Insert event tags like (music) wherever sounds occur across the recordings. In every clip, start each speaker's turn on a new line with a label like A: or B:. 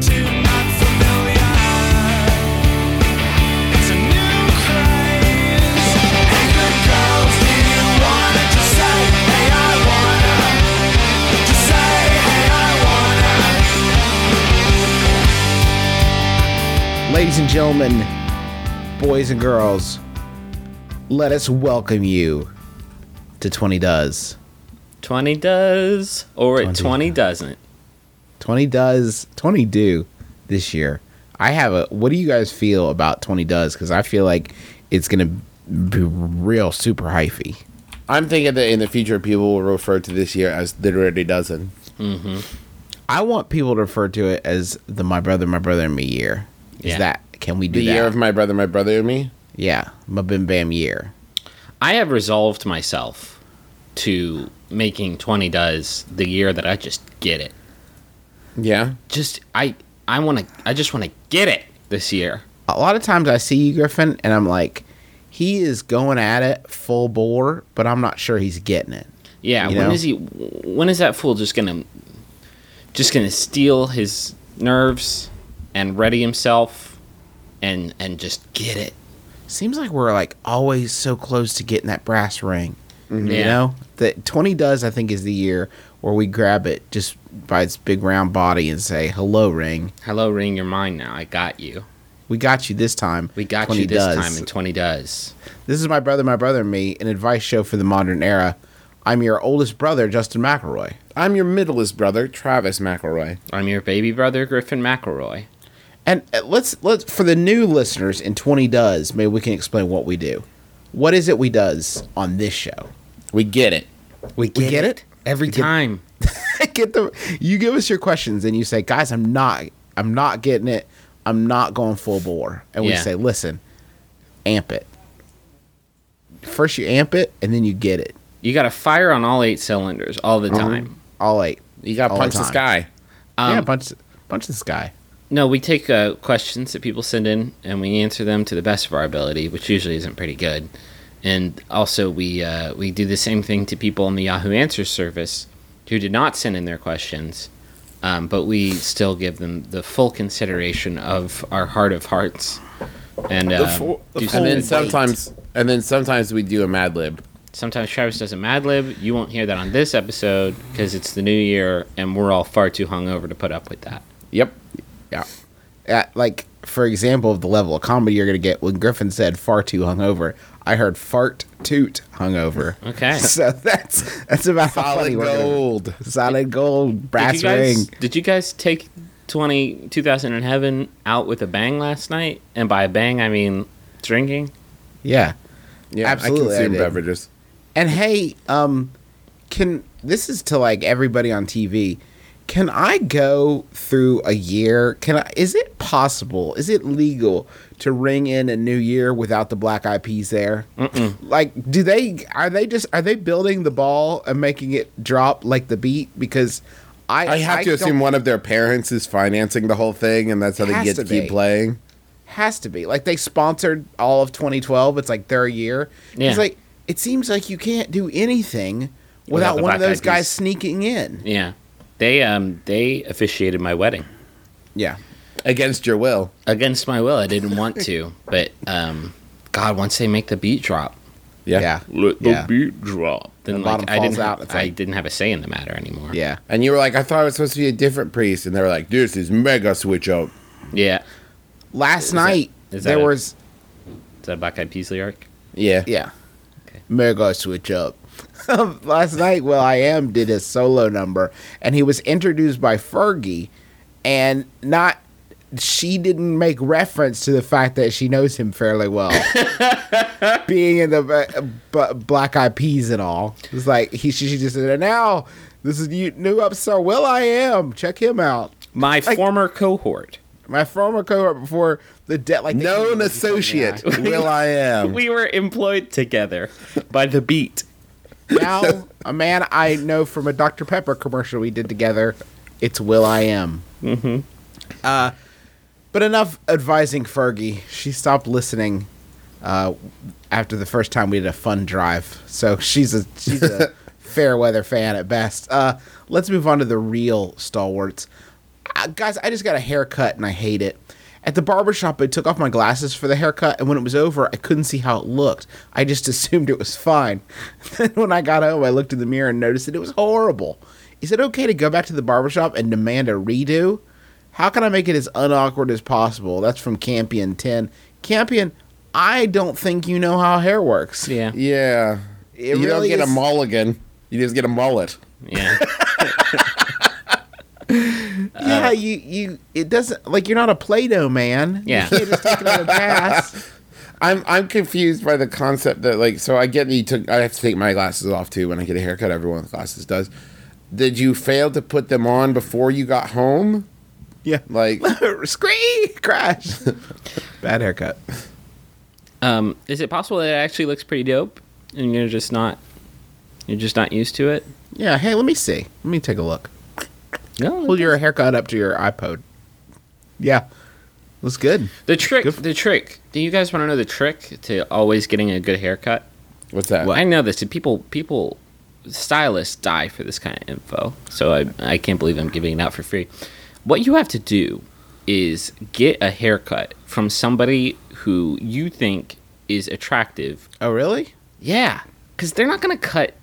A: too not familiar. It's a new craze. Hey, good girls, do you wanna just say, hey, I wanna? Just say, hey, I wanna.
B: Ladies and gentlemen, boys and girls, let us welcome you to 20 Does.
C: 20 does or it
B: 20.
C: 20 doesn't.
B: 20 Does, 20 Do this year. I have a, what do you guys feel about 20 Does? Because I feel like it's going to be real super hyphy.
D: I'm thinking that in the future, people will refer to this year as literary dozen.
B: I want people to refer to it as the My Brother, My Brother, and Me year. Is
C: Yeah.
B: that, can we do
D: The
B: that?
D: year of my brother, my brother, and me.
B: yeah, My Bim Bam year.
C: I have resolved myself to making 20 does the year that I just get it.
D: Yeah.
C: Just I I want to I just want to get it this year.
B: a lot of times I see you, Griffin, and I'm like, he is going at it full bore, but I'm not sure he's getting it.
C: Yeah,
B: You
C: when
B: know?
C: is he when is that fool just going to just going to steal his nerves and ready himself and and just get it.
B: Seems like we're like always so close to getting that brass ring. You
C: Yeah.
B: know? That 20 does, I think, is the year where we grab it just by its big round body and say, hello, ring.
C: Hello, ring your mind now. I got you.
B: We got you this time.
C: We got
B: 20
C: you this
B: does.
C: time in 20 does.
B: This is my brother, my brother, and me, an advice show for the modern era. I'm your oldest brother, Justin McElroy.
D: I'm your middleest brother, Travis McElroy.
C: I'm your baby brother Griffin McElroy.
B: And uh, let's let's for the new listeners in 20 does, maybe we can explain what we do. What is it we does on this show?
D: We get it.
C: We get,
B: get it? (laughs)
C: every time.
B: Get the you give us your questions and you say, "Guys, I'm not I'm not getting it. I'm not going full bore." And we
C: Yeah.
B: say, "Listen, amp it." First you amp it and then you get it.
C: You got to fire on all eight cylinders all the time.
B: All eight.
D: You got to
B: All
D: punch
B: the
D: the sky.
B: yeah,
D: Um,
B: bunch bunch this guy.
C: No, we take uh, questions that people send in and we answer them to the best of our ability, which usually isn't pretty good. And also, we uh, we do the same thing to people on the Yahoo Answers service who did not send in their questions, um, but we still give them the full consideration of our heart of hearts. And uh,
D: full- the
C: do
D: And
C: something.
D: then sometimes, and then sometimes we do a Mad Lib.
C: sometimes Travis does a Mad Lib. You won't hear that on this episode because it's the new year and we're all far too hungover to put up with that.
D: Yep.
B: Yeah. At, like, for example, of the level of comedy you're going to get, when Griffin said far too hungover, I heard fart toot hungover.
C: Okay.
B: (laughs) So that's that's about how funny
D: Solid
B: we're gonna-
D: gold.
B: Solid gold, brass
C: did you guys,
B: ring.
C: Did you guys take 20, 2000 in heaven out with a bang last night? And by a bang, I mean drinking.
B: Yeah.
D: Yeah,
B: Absolutely, I
D: I consume
B: did.
D: beverages.
B: And hey, um, can this is to like everybody on TV. Can I go through a year? Can I? Is it possible? Is it legal to ring in a new year without the black eyed peas there? Like, do they? Are they just? Are they building the ball and making it drop like the beat? Because I,
D: I have to
B: don't-
D: assume one of their parents is financing the whole thing, and that's how they
B: Has
D: get
B: to
D: to keep
B: be.
D: playing.
B: has to be like they sponsored all of 2012 it's like their year
C: Yeah.
B: it's like it seems like you can't do anything without,
C: the
B: one of
C: Black
B: those
C: Eyed Peas.
B: guys sneaking in
C: Yeah, they um they officiated my wedding
B: yeah
D: Against your will.
C: against my will. I didn't want to, but um, God, once they make the beat drop,
D: Yeah.
B: yeah
C: let
B: Yeah.
C: beat drop. Then
B: The
C: like
B: bottom
C: I didn't
B: falls out,
C: have,
B: it's
C: I
B: like-
C: didn't have a say in the matter anymore.
B: yeah
D: And you were like, I thought it was supposed to be a different priest, and they were like, this is mega switch up.
C: yeah.
B: last night
C: is
B: there
C: that a-
B: was
C: Is that a Black Eyed Peas lyric?
D: Yeah.
B: yeah
C: Okay.
B: mega switch up last night well i am did his solo number and he was introduced by fergie and not she didn't make reference to the fact that she knows him fairly well being in the uh, b- black eyed peas and all it's like he she, she just said and now this is you new upstart well i am check him out
C: My
B: Like-
C: former cohort.
B: My former cohort before the debt, like they- (laughs)
D: Known associate, Will I am.
C: We were employed together by the beat.
B: now a man I know from a Dr Pepper commercial we did together. It's Will I Am. Mm-hmm. Uh, but enough advising Fergie. She stopped listening uh, after the first time we did a fun drive. So she's a she's a fair weather fan at best. Uh, let's move on to the real stalwarts. Uh, guys, I just got a haircut and I hate it. At the barbershop, I took off my glasses for the haircut, and when it was over, I couldn't see how it looked. I just (laughs) assumed it was fine. (laughs) Then when I got home, I looked in the mirror and noticed that it was horrible. Is it okay to go back to the barbershop and demand a redo? How can I make it as unawkward as possible? That's from Campion10. Campion, I don't think you know how hair works.
C: Yeah.
D: Yeah.
B: It
D: you
B: really
D: don't get
B: is-
D: a mulligan. You just get a mullet.
C: Yeah. uh,
B: Yeah, you, you, it doesn't, like, you're not a Play Doh man.
C: Yeah.
B: You can't just take it out of the
C: (laughs)
B: pass.
D: I'm I'm confused by the concept that like so I get that you took I have to take my glasses off too when I get a haircut. Everyone with glasses does. Did you fail to put them on before you got home?
B: Yeah.
D: Like
B: (laughs) Scree! Crash. (laughs) Bad haircut.
C: Um, is it possible that it actually looks pretty dope and you're just not you're just not used to it?
B: Yeah, hey, let me see. Let me take a look.
C: No.
B: Hold your haircut up to your iPod. Yeah. Looks good.
C: The trick,
B: Good.
C: the trick. Do you guys want to know the trick to always getting a good haircut?
D: what's that?
C: I know this. and People, people, stylists die for this kind of info. So I, I can't believe I'm giving it out for free. What you have to do is get a haircut from somebody who you think is attractive.
B: Oh, really?
C: Yeah, because they're not gonna cut.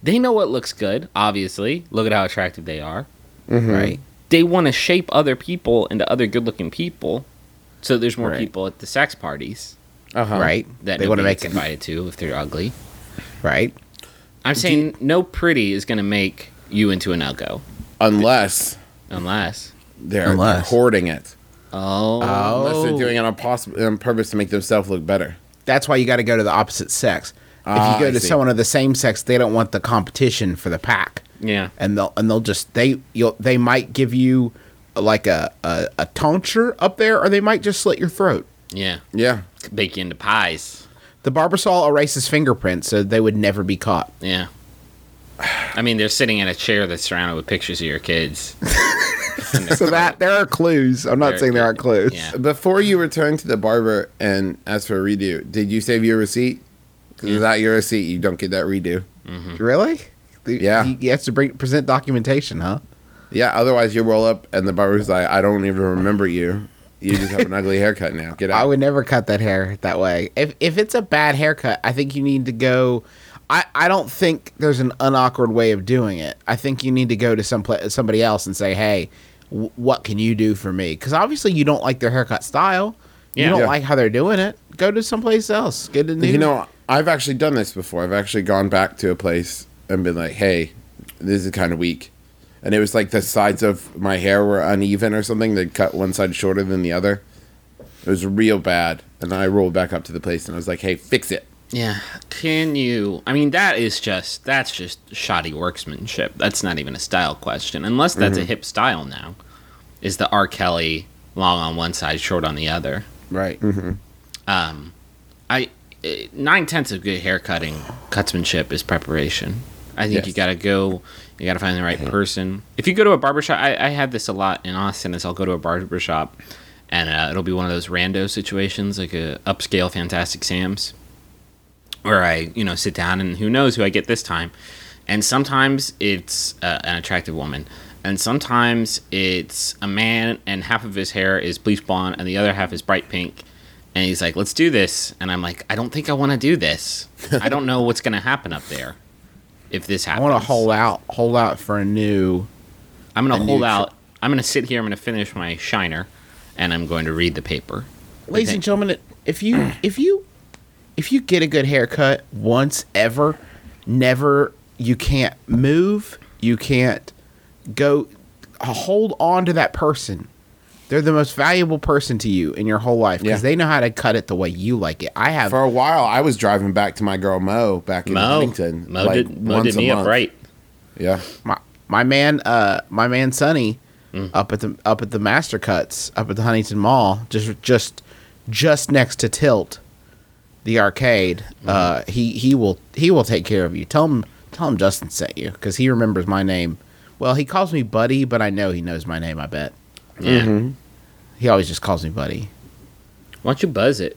C: They know what looks good. Obviously, look at how attractive they are.
B: Right.
C: They want to shape other people into other good-looking people. So there's more
B: Right.
C: people at the sex parties
D: Uh-huh.
B: Right.
C: that
B: they want to make it
C: invited to if they're ugly.
B: right.
C: I'm saying no pretty is going to make you into an uggo
D: Unless
C: unless
D: they're, they're
B: Unless.
D: hoarding it.
C: oh
D: Unless they're
B: Oh.
D: doing it on, poss- on purpose to make themselves look better.
B: That's why you got to go to the opposite sex.
D: Ah,
B: if you
D: I
B: go to
D: see.
B: someone of the same sex, they don't want the competition for the pack.
C: yeah
B: and they'll and they'll just they you'll they might give you uh, like a a, a tonsure up there, or they might just slit your throat.
C: yeah
D: Yeah.
C: bake you into pies
B: The barbasol erases fingerprints, so they would never be caught.
C: yeah. (sighs) I mean, they're sitting in a chair that's surrounded with pictures of
B: (laughs)
C: your kids.
B: So that there are clues. I'm not
C: There-
B: saying there aren't clues.
C: yeah.
D: Before you returned to the barber and asked for a redo, did you save your receipt? 'Cause without your receipt, you don't get that redo.
B: (laughs) Really? The-
D: Yeah.
B: You, you have to bring present documentation, huh?
D: Yeah, otherwise you roll up and the barber's like, I don't even remember you. You
B: (laughs)
D: just have an ugly haircut now. Get out.
B: I would never cut that hair that way. If if it's a bad haircut, I think you need to go. I, I don't think there's an unawkward way of doing it. I think you need to go to some pla somebody else and say, "Hey, w- what can you do for me?" Because obviously you don't like their haircut style.
C: Yeah.
B: You don't
D: Yeah.
B: like how they're doing it. Go to someplace else. Get a new.
D: you know, I've actually done this before. I've actually gone back to a place and been like, hey, this is kind of weak. And it was like the sides of my hair were uneven or something. They'd cut one side shorter than the other. It was real bad. And I rolled back up to the place and I was like, hey, fix it.
C: Yeah. Can you? I mean, that is just that's just shoddy workmanship. That's not even a style question, unless that's a hip style now. Is the R. Kelly long on one side, short on the other?
B: right.
C: Um, I uh, nine tenths of good haircutting, cutsmanship is preparation. I think you
D: Yes.
C: gotta go. You gotta find the right person. If you go to a barbershop, I, I have this a lot in Austin. Is I'll go to a barbershop, and uh, it'll be one of those rando situations, like a upscale Fantastic Sam's, where I you know sit down and who knows who I get this time, and sometimes it's uh, an attractive woman. And sometimes it's a man, and half of his hair is bleach blonde, and the other half is bright pink and he's like, "Let's do this." And I'm like, "I don't think I want to do this. I don't know what's going to happen up there if this
B: I
C: happens.
B: want to hold out. Hold out for a new.
C: I'm going to hold
D: you tr-
C: out. I'm going to sit here. I'm going to finish my shiner, and I'm going to read the paper.
B: ladies and gentlemen, if you if you if you get a good haircut once ever, never you can't move, you can't go uh, hold on to that person. They're the most valuable person to you in your whole life because
D: Yeah.
B: they know how to cut it the way you like it. I have
D: For a while, I was driving back to my girl Mo back in
C: Mo,
D: Huntington.
C: Mo did, Mo did me up right.
D: Yeah.
B: my my man uh my man Sonny
C: Mm.
B: up at the up at the Master Cuts up at the Huntington Mall, just just just next to Tilt, the arcade.
C: Mm-hmm.
B: Uh, he he will he will take care of you. Tell him tell him Justin sent you because he remembers my name. Well, he calls me Buddy, but I know he knows my name. I bet
C: Yeah.
D: Mm-hmm.
B: he always just calls me Buddy.
C: Why don't you buzz it?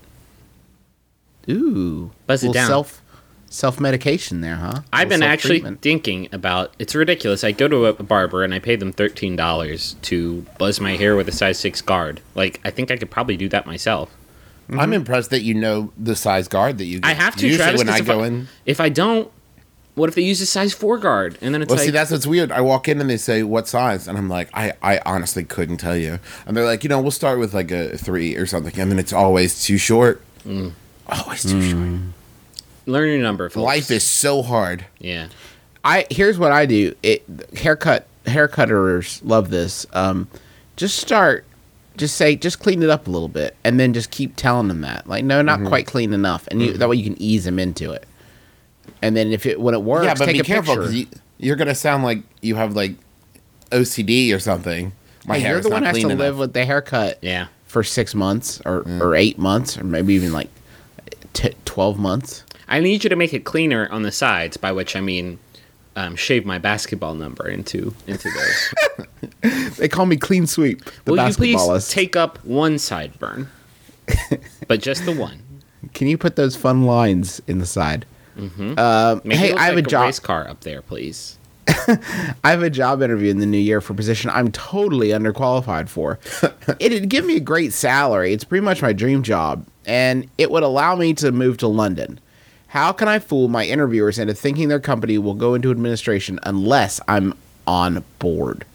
B: Ooh,
C: Buzz it
B: little
C: down.
B: self self medication there, huh?
C: I've
B: Little
C: been actually
B: self-treatment.
C: thinking about it's ridiculous. I go to a barber and I pay them thirteen dollars to buzz my hair with a size six guard. Like I think I could probably do that myself.
D: I'm impressed that you know the size guard that you. Get.
C: I have to.
D: Usually
C: Travis,
D: when
C: 'cause
D: I
C: if
D: go in,
C: if I don't, what if they use a size four guard and then it's
D: well,
C: like
D: see, that's what's weird. I walk in and they say what size, and I'm like, I, I honestly couldn't tell you. And they're like, you know, we'll start with like a three or something, and then it's always too short.
B: Mm.
D: Always too short.
C: learn your number. Folks.
D: Life is so hard.
C: yeah.
B: I here's what I do. It haircut haircutters love this. Um, just start, just say, just clean it up a little bit, and then just keep telling them that. Like, no, not quite clean enough, and you, that way you can ease them into it. And then if it when it works,
D: yeah, but
B: take
D: be
B: a
D: careful
B: picture.
D: because you, you're gonna sound like you have like OCD or something. My
B: Hey,
D: hair
B: you're
D: is
B: the one
D: not
B: who has
D: clean
B: to live
D: enough.
B: with the haircut
C: Yeah.
B: for six months or or eight months or maybe even like t- twelve months.
C: I need you to make it cleaner on the sides, by which I mean um, shave my basketball number into into those.
B: They call me clean sweep. The
C: Will you please
B: basketballist.
C: take up
B: (laughs)
C: one sideburn, but just the one?
B: Can you put those fun lines in the side?
C: Make
B: Hey,
C: it look
B: I have
C: like
B: a job-
C: race car up there, please.
B: I have a job interview in the new year for a position I'm totally underqualified for. It'd give me a great salary. It's pretty much my dream job, and it would allow me to move to London. How can I fool my interviewers into thinking their company will go into administration unless I'm on board?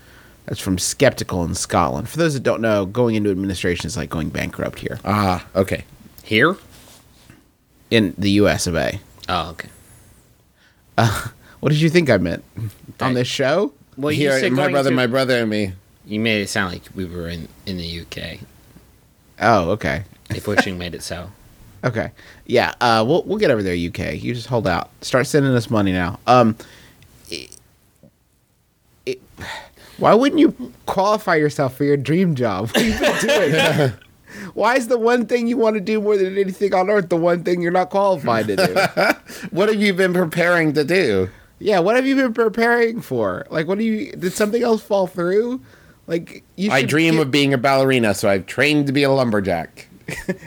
B: That's from Skeptical in Scotland. For those that don't know, going into administration is like going bankrupt here
D: Ah, okay.
C: Here?
B: in the US of A.
C: Oh, okay.
B: What did you think I meant? on this show?
C: Well, you
D: Here,
C: said
D: my
C: going
D: brother,
C: to-
D: my brother, and me.
C: You made it sound like we were in, in the UK,
B: Oh, okay.
C: if wishing made
B: (laughs)
C: it so.
B: Okay. Yeah. Uh, we'll we'll get over there, UK. You just hold out. Start sending us money now. Um, it, it, why wouldn't you qualify yourself for your dream job? (laughs) What have you been
D: (laughs)
B: doing? why is the one thing you want to do more than anything on earth the one thing you're not qualified to
D: (laughs)
B: do?
D: What have you been preparing to do?
B: yeah. What have you been preparing for? Like, what do you? Did something else fall through? Like you.
D: I
B: should
D: dream
B: get-
D: of being a ballerina, so I've trained to be a lumberjack.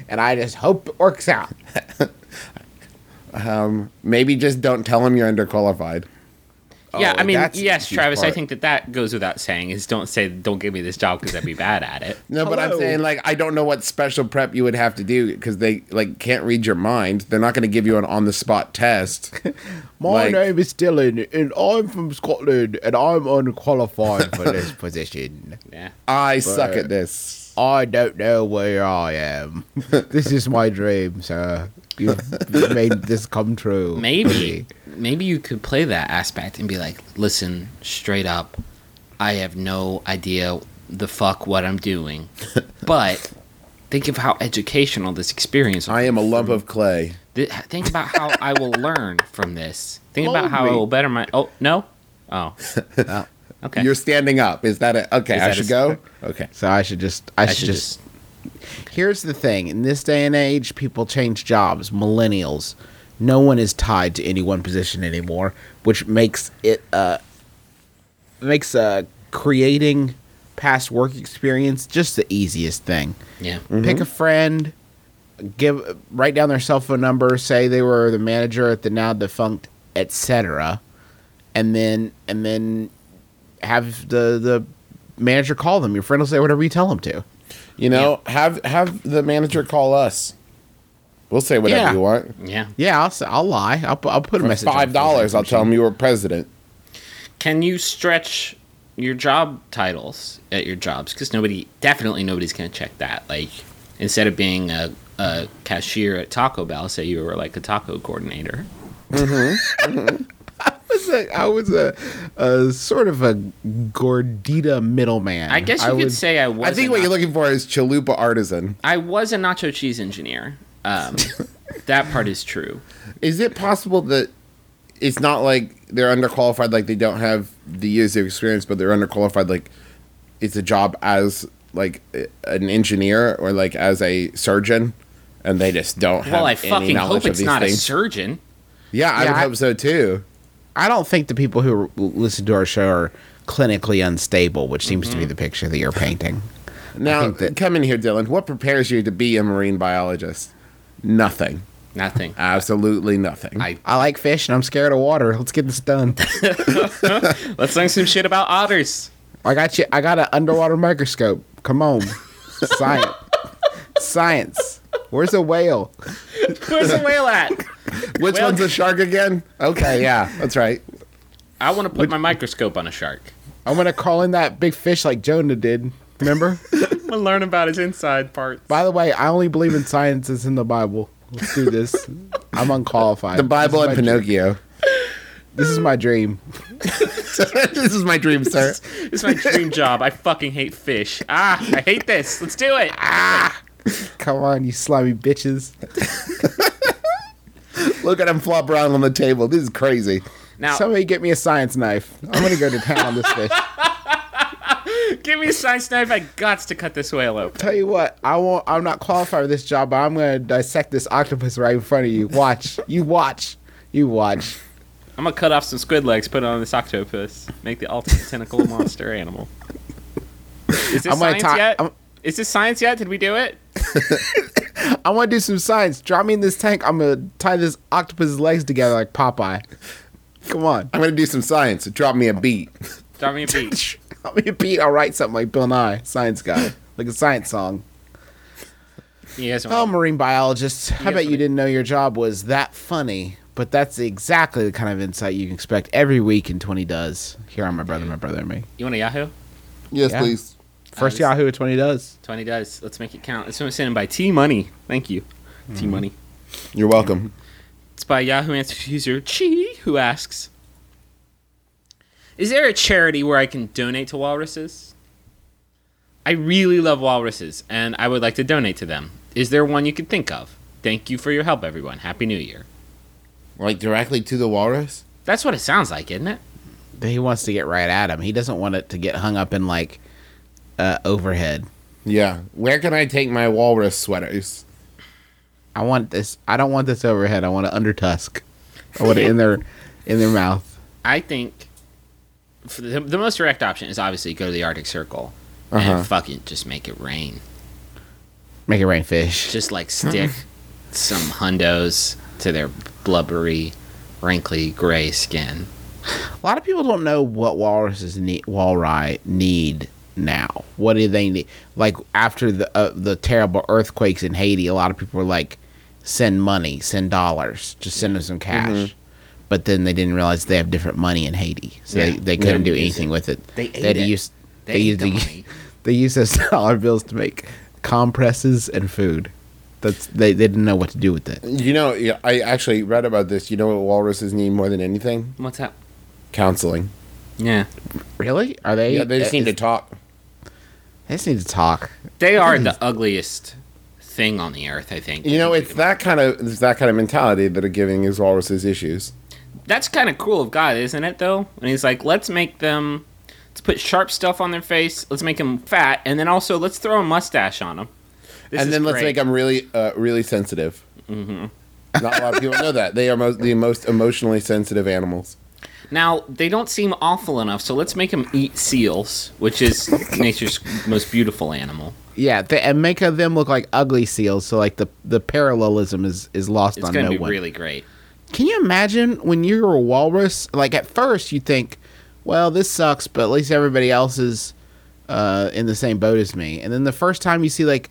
B: and I just hope it works out.
D: Maybe just don't tell him you're underqualified.
C: yeah, I mean,
B: Oh, that's the
C: yes,
B: huge
C: Travis, I
B: part.
C: think that that goes without saying is don't say, don't give me this job because I'd be bad
B: (laughs)
C: at it.
D: No, but I'm
B: Hello.
D: saying like I don't know what special prep you would have to do because they like can't read your mind. They're not going to give you an on the spot test.
C: (laughs)
B: My
D: Like-
B: name is Dylan, and I'm from Scotland, and I'm unqualified for this position.
C: Yeah.
D: I suck at this.
B: I don't know where I am. this is my dream, sir. You've you've made this come true.
C: Maybe, maybe you could play that aspect and be like, listen, straight up, I have no idea the fuck what I'm doing,
D: (laughs)
C: but think of how educational this experience. will
D: I
C: be.
D: am a lump of clay.
C: Th- think about how I
D: (laughs)
C: will learn from this. Think about
B: Hold
C: how I
B: me.
C: will better my. Oh no.
D: (laughs)
C: Oh. Okay.
D: You're standing up. Is that a okay?
C: Is
D: I
C: that
D: should
C: a-
D: go. Okay.
B: So I should just. I,
C: I
B: should,
C: should
B: just.
C: just.
B: Here's the thing: in this day and age, people change jobs. Millennials, no one is tied to any one position anymore, which makes it uh makes uh creating past work experience just the easiest thing.
C: Yeah.
B: Pick a friend, give write down their cell phone number, say they were the manager at the now defunct etc. and then and then have the the manager call them. Your friend will say whatever you tell them to.
D: You know, have have the manager call us. We'll say whatever
B: Yeah.
D: you want.
C: Yeah.
B: Yeah, I'll, s- I'll lie. I'll, pu- I'll put a
D: For
B: message. on
D: five dollars, I'll
B: Facebook.
D: tell him you were president.
C: Can you stretch your job titles at your jobs? Because nobody, definitely nobody's gonna check that. Like, instead of being a, a cashier at Taco Bell, say you were like a taco coordinator.
B: was a- I was a, a sort of a gordita middleman.
C: I guess you could
B: was-
C: say I was.
D: I think
C: a
D: what
C: na-
D: you're looking for is chalupa artisan.
C: I was a nacho cheese engineer. (laughs) Um, that part is true.
D: Is it possible that it's not like they're underqualified, like they don't have the years of experience, but they're underqualified, like it's a job as like a- an engineer or like as a surgeon, and they just don't have
C: Well, I
D: any
C: fucking
D: knowledge
C: hope
D: of
C: it's
D: these
C: not a
D: things.
C: surgeon.
D: yeah, I
B: Yeah,
D: would
B: I-
D: hope so too.
B: I don't think the people who r- listen to our show are clinically unstable, which seems to be
D: Mm-hmm.
B: the picture that you're painting.
D: Now,
B: think that-
D: come in here, Dylan. What prepares you to be a marine biologist? Nothing.
C: Nothing.
D: Absolutely nothing.
C: I-
B: I like fish and I'm scared of water. Let's get this done.
C: (laughs) Let's learn some shit about otters.
B: I got you. I got an underwater microscope. Come on, science, science. Where's a whale?
C: Where's the whale (laughs) at?
D: Which
C: well-
D: one's a shark again? Okay, yeah, that's right.
C: I want to put my microscope on a shark.
B: I'm gonna call in that big fish like Jonah did. Remember?
C: I'm gonna learn about his inside parts.
B: By the way, I only believe in science as in the Bible. Let's do this. I'm unqualified.
D: The Bible and
B: This is my dr-
D: Pinocchio.
B: This is my dream.
D: (laughs) this is my dream, sir.
C: It's my dream job. I fucking hate fish. Ah, I hate this. Let's do it. Ah,
B: Come on, you slimy bitches.
D: Look at him flop around on the table. This is crazy.
C: now
B: Somebody get me a science knife. I'm gonna go to town on this fish.
C: give me a science knife. I gots to cut this whale open.
B: Tell you what, I won't. I'm not qualified for this job, but I'm gonna dissect this octopus right in front of you. Watch. You watch. You watch.
C: I'm gonna cut off some squid legs, put it on this octopus, make the ultimate tentacle monster animal. Is this
B: I'm gonna
C: science
B: tie-
C: yet?
B: I'm-
C: Is this science yet? Did we do it?
B: I want to do some science. Drop me in this tank. I'm gonna tie this octopus's legs together like Popeye. Come on. (laughs)
D: I'm gonna do some science. Drop me a beat.
C: Drop me a beat.
B: Help me beat. I'll write something like Bill Nye, science guy, like a science song.
C: You guys
B: Oh,
C: want
B: marine biologist. I bet
C: funny.
B: you didn't know your job was that funny, but that's exactly the kind of insight you can expect every week in 20 Does. Here on My Brother, My Brother, and Me.
C: you want a Yahoo?
D: Yes,
B: Yeah.
D: please.
B: First
C: this-
B: Yahoo at 20 Does.
C: Twenty does. Let's make it count. This one's sent in by T Money. Thank you, T
B: Mhm.
C: Money.
D: You're welcome.
C: It's by Yahoo Answers user Chi, who asks, "Is there a charity where I can donate to walruses? I really love walruses, and I would like to donate to them. Is there one you can think of? Thank you for your help, everyone. Happy New Year."
D: Like directly to the walrus?
C: That's what it sounds like, isn't it?
B: He wants to get right at him. He doesn't want it to get hung up in like uh, overhead.
D: Yeah. Where can I take my walrus sweaters?
B: I want this. I don't want this overhead. I want it under tusk. I want it in their in their mouth.
C: I think for the, the most direct option is obviously go to the Arctic Circle and fucking just make it rain.
B: Make it rain fish.
C: Just like stick some hundos to their blubbery, wrinkly gray skin.
B: A lot of people don't know what walruses need. Walri need now. What do they need? Like after the uh, the terrible earthquakes in Haiti, a lot of people were like, "Send money, send dollars, just send them some
C: Mm-hmm.
B: cash." But then they didn't realize they have different money in Haiti, so they,
C: Yeah.
B: they couldn't
C: Yeah.
B: do anything with it.
C: They ate
B: had to
C: it.
B: use
C: They
B: they,
C: ate
B: used
C: the
B: to- (laughs)
C: money.
B: they used those dollar bills to make compresses and food. That's they, they didn't know what to do with it.
D: You know, yeah, I actually read about this. You know what walruses need more than anything?
C: What's up?
D: Counseling.
C: Yeah.
B: Really? Are they?
D: Yeah, they just need to
B: is-
D: talk.
B: They just need to talk.
C: They are the ugliest thing on the earth, I think.
D: You know, it's that kind of it's that kind of mentality that are giving his walruses issues.
C: That's kind of cruel of God, isn't it, though? And he's like, let's make them. Let's put sharp stuff on their face. Let's make them fat. And then also, let's throw a mustache on them. This
D: and
C: is
D: then let's
C: great.
D: make them really, uh, really sensitive. Mm-hmm. Not a lot of people know that they are most, the most emotionally sensitive animals.
C: Now they don't seem awful enough, so let's make them eat seals, which is (laughs) nature's most beautiful animal.
B: Yeah, they, and make of them look like ugly seals. So like the the parallelism is is lost
C: It's
B: on
C: going
B: no
C: to be
B: one.
C: really great.
B: Can you imagine when you're a walrus? Like at first you think, well, this sucks, but at least everybody else is uh, in the same boat as me. And then the first time you see like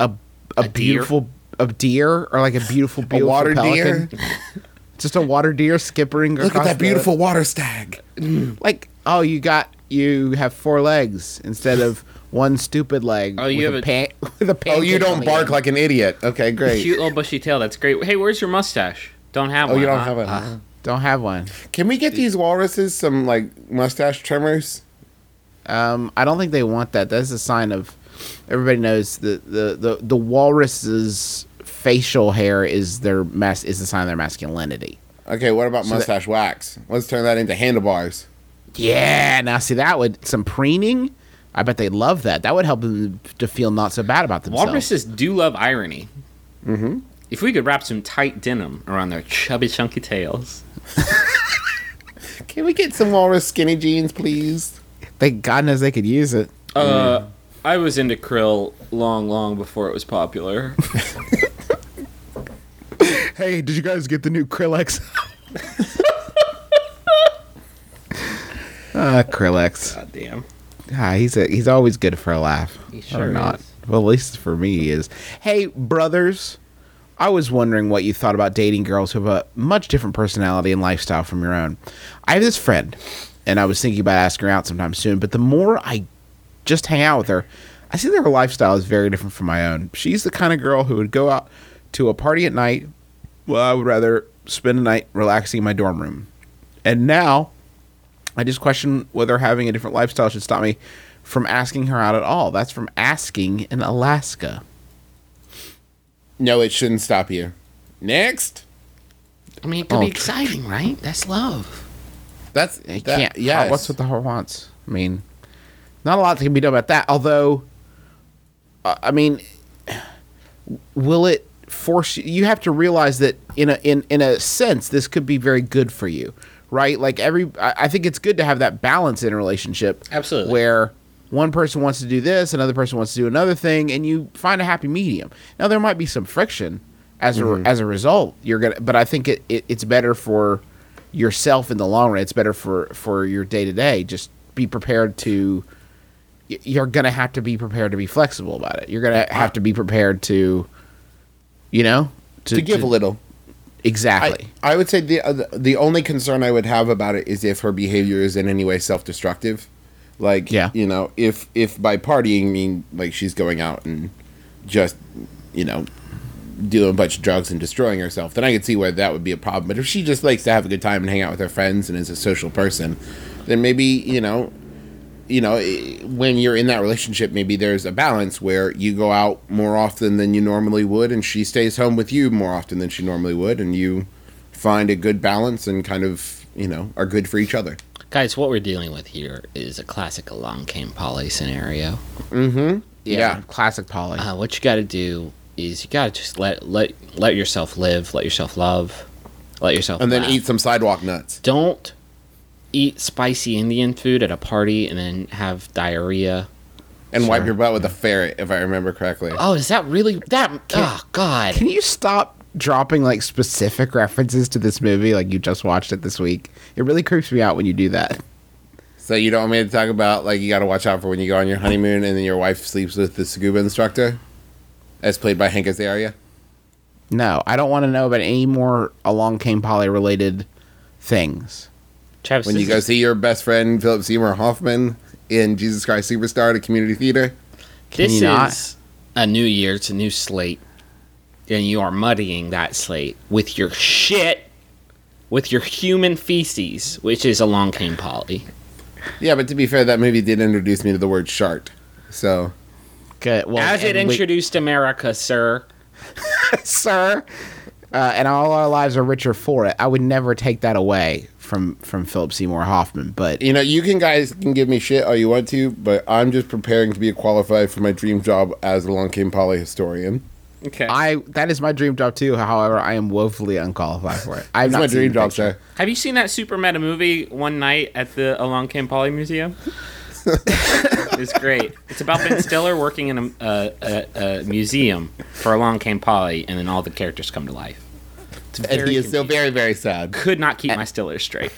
B: a a,
C: deer?
B: beautiful a deer or like a
C: (laughs)
B: beautiful beautiful
D: water
B: pelican. Just a water deer skippering.
D: Look at
B: across
D: that
B: the-
D: beautiful water stag.
B: like oh you got you have four legs instead of one stupid leg.
C: Oh, you
B: with
C: have
B: a,
C: a-
B: pan- (laughs) with a
D: Oh,
B: pancake
D: you
B: on
D: don't
B: the
D: bark
B: end.
D: like an idiot. Okay, great.
C: Cute little bushy tail. That's great. Hey, where's your mustache? Don't have
D: oh,
C: one.
D: you don't
C: huh?
D: have a.
C: Ah.
B: Don't have one.
D: Can we get these walruses some like mustache trimmers?
B: Um, I don't think they want that. That's a sign of everybody knows the the the, the walrus's facial hair is their mas- is the sign of their masculinity.
D: Okay, what about mustache wax? Let's turn that into handlebars.
B: Yeah, now see that would some preening. I bet they love that. That would help them to feel not so bad about themselves.
C: Walruses do love irony. Mm-hmm. If we could wrap some tight denim around their chubby, chunky tails.
D: Can we get some walrus skinny jeans, please?
B: Thank God knows they could use it.
C: Uh, I was into krill long, long before it was popular.
B: Hey, did you guys get the new Krillex? (laughs) Ah, Krillex.
C: God damn.
B: Ah, he's a, he's always good for a laugh.
C: He
B: or
C: sure
B: not.
C: is.
B: Well, at least for me he is. Hey, brothers. I was wondering what you thought about dating girls who have a much different personality and lifestyle from your own. I have this friend, and I was thinking about asking her out sometime soon, but the more I just hang out with her, I see that her lifestyle is very different from my own. She's the kind of girl who would go out to a party at night. Well, I would rather spend a night relaxing in my dorm room. And now I just question whether having a different lifestyle should stop me from asking her out at all. That's from asking in Alaska.
D: No, it shouldn't stop you. Next.
C: I mean, it could be
B: Oh.
C: exciting, right? That's love.
D: That's
B: You
D: that,
B: can't. Yeah.
D: yes.
B: What's with the heart wants? I mean, not a lot that can be done about that. Although, uh, I mean, will it force you? You have to realize that in a in in a sense, this could be very good for you, right? Like every, I, I think it's good to have that balance in a relationship.
C: Absolutely.
B: Where one person wants to do this, another person wants to do another thing, and you find a happy medium. Now there might be some friction as a as a result. You're gonna, but I think it, it it's better for yourself in the long run. It's better for for your day to day. Just be prepared to. y- You're gonna have to be prepared to be flexible about it. You're gonna have to be prepared to, you know,
D: to give a little. I,
B: Exactly.
D: I would say the uh, the only concern I would have about it is if her behavior is in any way self destructive, like
B: Yeah.
D: you know, if if by partying mean like she's going out and just you know doing a bunch of drugs and destroying herself, then I could see where that would be a problem. But if she just likes to have a good time and hang out with her friends and is a social person, then maybe you know you know, i- when you're in that relationship, maybe there's a balance where you go out more often than you normally would, and she stays home with you more often than she normally would, and you find a good balance and kind of, you know, are good for each other.
C: Guys, what we're dealing with here is a classic along came Polly scenario.
D: yeah. Uh-huh.
B: Classic Polly.
C: Uh, what you got to do is you got to just let let let yourself live, let yourself love, let yourself
D: And then
C: laugh.
D: eat some sidewalk nuts.
C: Don't eat spicy Indian food at a party and then have diarrhea.
D: And wipe your butt with a ferret, if I remember correctly.
C: Oh, is that really that? oh God!
B: Can you stop dropping like specific references to this movie? Like you just watched it this week. It really creeps me out when you do that.
D: So you don't want me to talk about, like, you got to watch out for when you go on your honeymoon and then your wife sleeps with the scuba instructor, as played by Hank Azaria?
B: No, I don't want to know about any more along came Polly related things.
C: Travis,
D: When you
C: this
D: go
C: is-
D: see your best friend, Philip Seymour Hoffman, in Jesus Christ Superstar at a community theater?
C: this
B: you
C: is
B: not?
C: a new year. It's a new slate, and you are muddying that slate with your shit, with your human feces, which is along came Polly.
D: Yeah, but to be fair, that movie did introduce me to the word shart. So
B: Good. Well,
C: As it
B: and we-
C: introduced America, sir.
B: sir. Uh, and all our lives are richer for it. I would never take that away from from Philip Seymour Hoffman, but
D: you know, you can guys can give me shit all you want to, but I'm just preparing to be qualified for my dream job as a Long Came Poly historian.
C: Okay.
B: I that is my dream job too. However, I am woefully unqualified for it. I've
D: It's
B: not
D: my
B: seen
D: dream
B: the
D: job,
B: picture.
D: sir.
C: Have you seen that super meta movie one night at the Along Came Polly
D: (laughs)
C: Museum? it's great. It's about Ben Stiller working in a, a, a, a museum for Along Came Polly, and then all the characters come to life. It's
D: And
C: very
D: he is so
C: confusing.
D: very, very sad.
C: Could not keep my Stiller straight.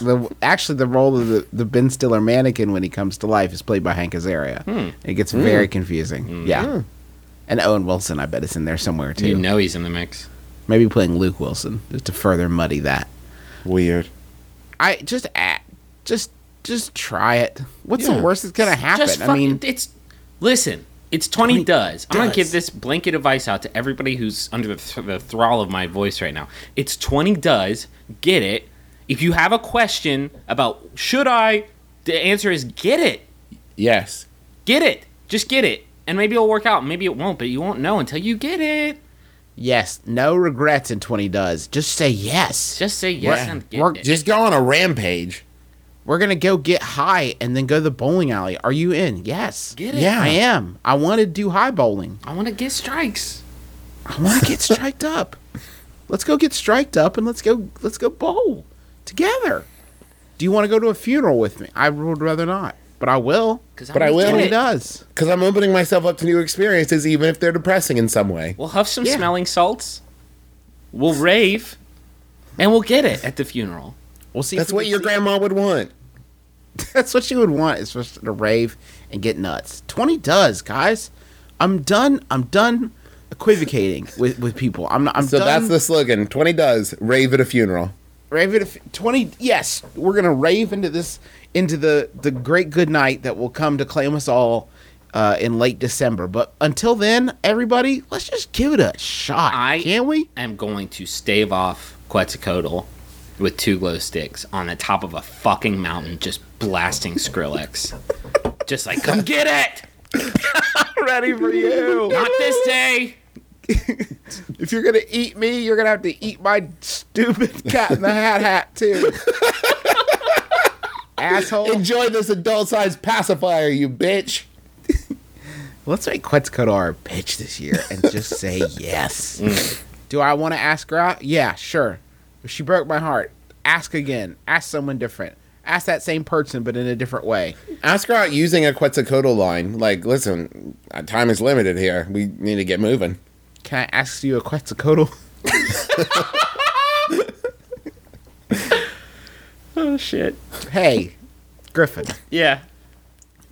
B: the actually the role of the, the Ben Stiller mannequin when he comes to life is played by Hank Azaria.
D: Hmm.
B: It gets very confusing. Yeah. And Owen Wilson, I bet, is in there somewhere too.
D: Hmm.
C: You know he's in the mix.
B: Maybe playing Luke Wilson just to further muddy that.
D: Weird.
B: I just a just just try it. What's
D: Yeah.
B: the worst that's gonna happen?
C: Just
B: I mean,
C: fucking- it's listen. It's 20, does. I'm going
B: does.
C: to give this blanket advice out to everybody who's under the, th- the thrall of my voice right now. It's 20 does. Get it. If you have a question about should I, the answer is get it.
D: Yes.
C: Get it. Just get it. And maybe it'll work out. Maybe it won't, but you won't know until you get it.
B: yes, no regrets in twenty does. Just say yes.
C: Just say yes and get
B: Work-
C: it.
D: Just go on a rampage.
B: We're gonna go get high and then go to the bowling alley. Are you in? Yes.
C: Get it.
B: Yeah, I am. I want to do high bowling.
C: I want to get strikes.
B: I want to get striked up. Let's go get striked up and let's go let's go bowl together. Do you want to go to a funeral with me? I would rather not, but I will.
C: 'Cause
D: But
C: I'm
D: I will.
C: getting
B: Tony
C: it.
B: does.
D: Because I'm opening myself up to new experiences, even if they're depressing in some way.
C: We'll huff some
B: Yeah.
C: smelling salts. We'll rave, and we'll get it at the funeral.
B: We'll see. if
D: That's
B: we
D: what
B: can
D: your
B: see-
D: grandma would want.
B: (laughs) That's what you would want is just to rave and get nuts. Twenty does, guys. I'm done. I'm done equivocating with, with people. I'm not. I'm
D: So
B: done.
D: that's the slogan. Twenty does rave at a funeral.
B: rave it if, 20 yes we're gonna rave into this into the the great good night that will come to claim us all uh, in late december but until then everybody let's just give it a shot
C: I-
B: can we
C: I'm going to stave off Quetzalcoatl with two glow sticks on the top of a fucking mountain, just blasting Skrillex. just like, come get it!
B: ready for you
C: Not this day!
B: if you're gonna eat me you're gonna have to eat my stupid (laughs) cat in the hat hat too (laughs) asshole
D: Enjoy this adult-sized pacifier, you bitch.
B: let's make Quetzalcoatl our bitch this year and just say yes. Do I want to ask her out? Yeah, sure. She broke my heart. Ask again. Ask someone different. Ask that same person, but in a different way.
D: Ask her out using a Quetzalcoatl line. Like, listen, uh, time is limited here. We need to get moving.
B: Can I ask you a Quetzalcoatl? (laughs)
C: Oh, shit.
B: hey, Griffin.
C: Yeah.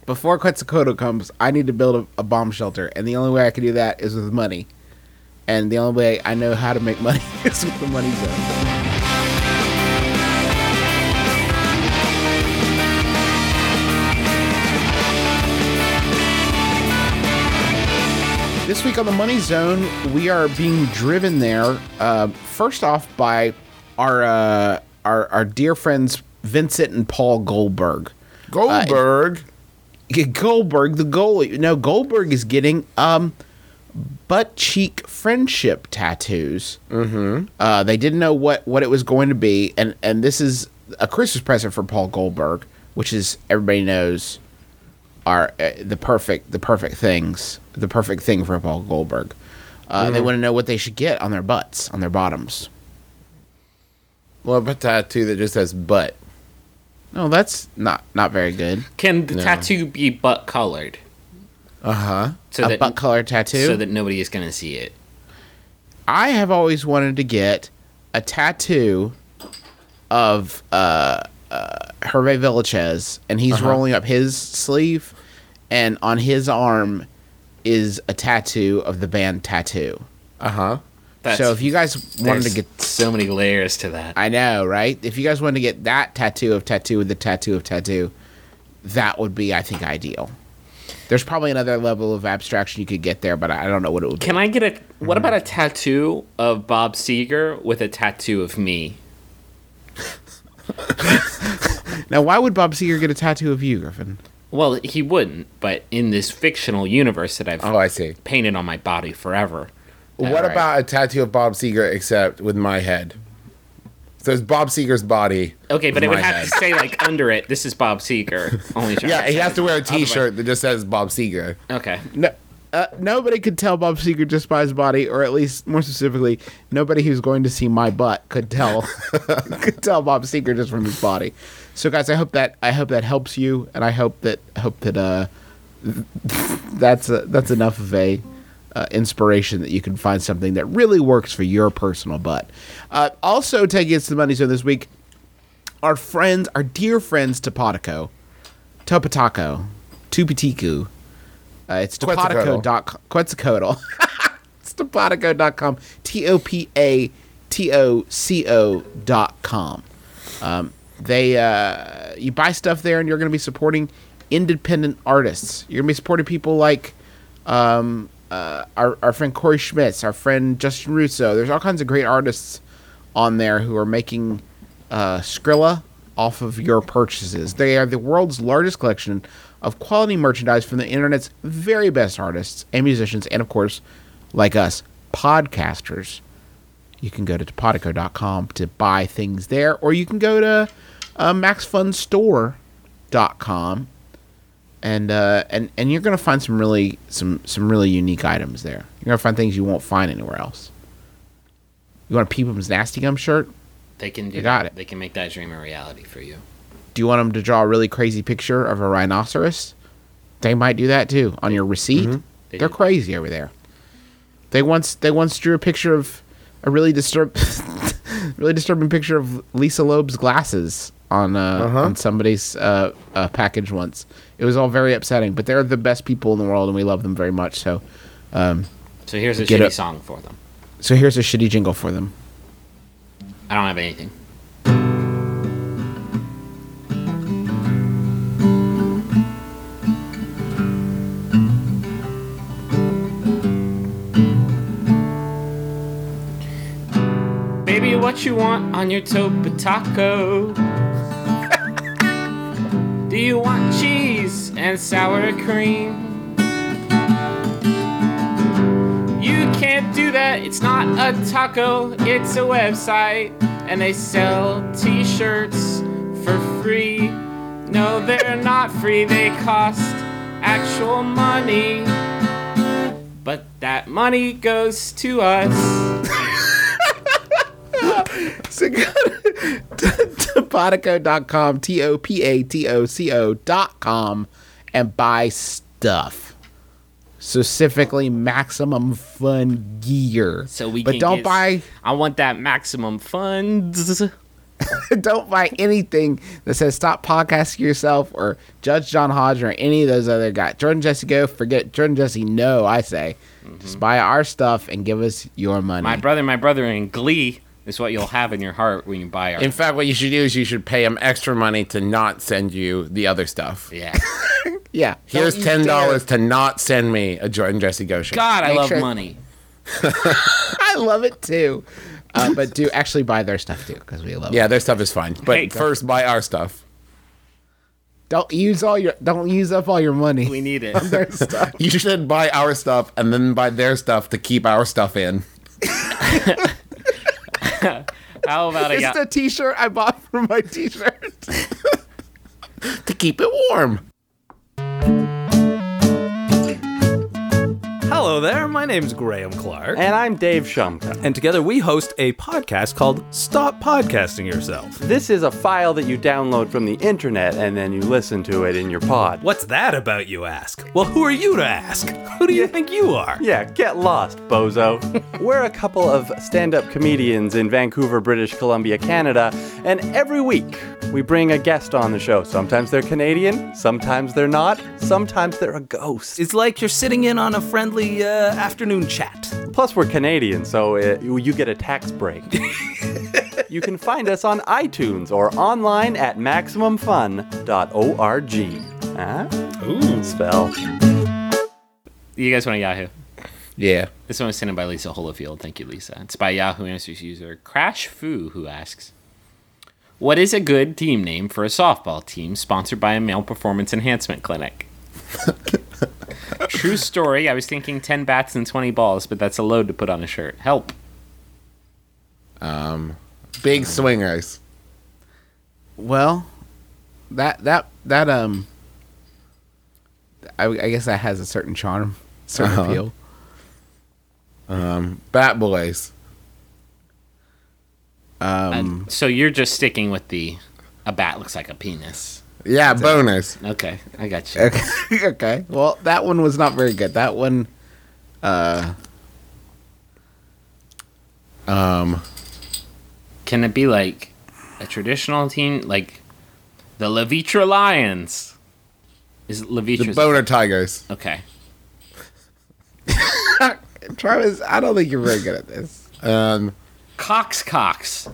B: Before Quetzalcoatl comes, I need to build a, a bomb shelter, and the only way I can do that is with money. And the only way I know how to make money (laughs) is with the money zone. This week on the Money Zone, we are being driven there. Uh, first off, by our, uh, our our dear friends Vincent and Paul Goldberg.
D: Goldberg.
B: Yeah, Goldberg, the goalie. No, Goldberg is getting um butt cheek friendship tattoos. Mm-hmm. Uh, they didn't know what what it was going to be, and and this is a Christmas present for Paul Goldberg, which is everybody knows are uh, the perfect the perfect things the perfect thing for Paul Goldberg. Uh,
C: Mm-hmm.
B: They want to know what they should get on their butts on their bottoms.
D: Well, a tattoo that just says butt.
B: No, that's not not very good.
C: Can the tattoo be butt colored? Uh huh. So,
B: Uh-huh. a butt
C: that
B: color tattoo.
C: so that nobody is going to see it.
B: I have always wanted to get a tattoo of uh, uh, Hervé Villachez, and he's rolling up his sleeve, and on his arm is a tattoo of the band Tattoo.
D: Uh
B: Uh-huh.
D: huh.
C: That's,
B: so if you guys wanted to
C: there's
B: get,
C: so many layers to that.
B: I know, right? If you guys wanted to get that tattoo of Tattoo with the tattoo of Tattoo, that would be, I think, ideal. There's probably another level of abstraction you could get there, but I I don't know what it would be.
C: Can I get a what
B: Mm-hmm.
C: about a tattoo of Bob Seger with a tattoo of me?
B: Now, why would Bob Seger get a tattoo of you, Griffin?
C: Well, he wouldn't, but in this fictional universe that I've
D: Oh, I see.
C: painted on my body forever.
D: what
C: Alright.
D: about a tattoo of Bob Seger except with my head? So it's Bob Seger's body.
C: Okay, but
D: with
C: it would
D: my
C: have
D: head.
C: to say like under it, this is Bob Seger. Only
D: Yeah, he has to wear a
C: Otherwise-
D: T-shirt that just says Bob Seger.
C: Okay.
B: No, uh, nobody could tell Bob Seger just by his body, or at least more specifically, nobody who's going to see my butt could tell could tell Bob Seger just from his body. So, guys, I hope that I hope that helps you, and I hope that I hope that uh, (laughs) that's a, that's enough of a uh, inspiration that you can find something that really works for your personal butt. Uh, also, taking us to the money zone this week, our friends, our dear friends, Topotico, Topataco, Tupitiku. Uh, it's
D: Quetzalcoatl.
B: Topatico.com. Quetzalcoatl. (laughs) it's Topatico.com. T O P A T O C O.com. Um, they uh, you buy stuff there, and you're going to be supporting independent artists. You're going to be supporting people like um, uh, our our friend Corey Schmitz, our friend Justin Russo. There's all kinds of great artists on there who are making uh, Skrilla off of your purchases. They are the world's largest collection of quality merchandise from the internet's very best artists and musicians, and of course, like us, podcasters you can go to topodico.com to buy things there or you can go to uh, maxfunstore.com and uh, and and you're gonna find some really some some really unique items there. You're gonna find things you won't find anywhere else. You want a Peepum's Nasty Gum shirt?
C: They can do
B: You got
C: that.
B: it.
C: They can make that dream a reality for you.
B: Do you want them to draw a really crazy picture of a rhinoceros? They might do that too on your receipt.
C: They
B: They're
C: do.
B: crazy over there. They once they once drew a picture of a really disturb (laughs) really disturbing picture of Lisa Loeb's glasses on uh, on somebody's uh, uh, package once. It was all very upsetting, but they're the best people in the world, and we love them very much. So,
C: So here's a
B: Get
C: shitty
B: up.
C: song for them.
B: so here's a shitty jingle for them.
C: I don't have anything. Baby, what you want on your topa taco? (laughs) Do you want cheese and sour cream? You can't do that. It's not a taco, it's a website. And they sell t shirts for free. No, they're not free, they cost actual money. But that money goes to us.
B: So go to topotico.com, T O P A T O C O.com, and buy stuff. Specifically, maximum fun gear.
C: So we
B: but
C: can
B: don't
C: get-
B: buy (laughs)
C: I want that maximum funds.
B: don't buy anything that says "Stop podcasting yourself" or "Judge John Hodge" or any of those other guys. Jordan Jesse go forget Jordan Jesse. No, I say, just buy our stuff and give us your money.
C: Mm-hmm. My brother, my brother in Glee is what you'll have in your heart when you buy our.
D: In fact, what you should do is you should pay him extra money to not send you the other stuff.
C: (laughs) yeah.
B: yeah,
D: Here's
B: Don't
D: ten
B: you dare.
D: dollars to not send me a Jordan Jesse Go shirt.
C: God, I
B: Make
C: love
B: sure-
C: money.
B: I love it too. Uh, but do actually buy their stuff too because we love it.
D: Yeah, their stuff is fine, but
C: Hey.
D: first buy our stuff.
B: Don't use all your don't use up all your money. (laughs)
C: We need it.
B: Their stuff.
D: You should buy our stuff and then buy their stuff to keep our stuff in.
B: (laughs)
C: How about a.
B: It's
C: ya-
B: the t-shirt I bought (laughs) for my t-shirt. (laughs)
D: To keep it warm.
E: Hello there, my name's Graham Clark.
F: And I'm Dave Shumka.
E: And together we host a podcast called Stop Podcasting Yourself.
F: This is a file that you download from the internet and then you listen to it in your pod.
E: What's that about, you ask? Well, who are you to ask? Who do you think you are?
F: Yeah, get lost,
E: (laughs)
F: bozo. We're a couple of stand up comedians in Vancouver, British Columbia, Canada, and every week we bring a guest on the show. Sometimes they're Canadian, sometimes they're not, sometimes they're a ghost.
E: It's like you're sitting in on a friendly uh, afternoon chat.
F: Plus, we're Canadian, so uh, you you get a
E: (laughs)
F: tax break. you can find us on iTunes or online at MaximumFun.org. Huh? Ooh. Spell.
C: you guys want a Yahoo?
D: Yeah.
C: This one was sent in by Lisa Holofield. Thank you, Lisa. It's by Yahoo Answers user Crash Foo, who asks, "What is a good team name for a softball team sponsored by a male performance enhancement clinic?" True story. I was thinking ten bats and twenty balls, but that's a load to put on a shirt. Help.
D: Big swingers.
B: Well, that that that um, I, I guess that has a certain charm, certain
C: Uh-huh.
B: appeal. (laughs)
D: Bat boys.
C: And Uh, so you're just sticking with the a bat looks like a penis.
D: Yeah, boners.
C: Okay, I got you.
B: Okay, okay. Well, that one was not very good. That one,
C: Can it be like a traditional team, like the Levitra Lions? Is it
D: The
C: Levitra's
D: boner tigers.
C: Okay.
B: Travis. I don't think you're very good at this.
D: Um,
C: Cox Cox.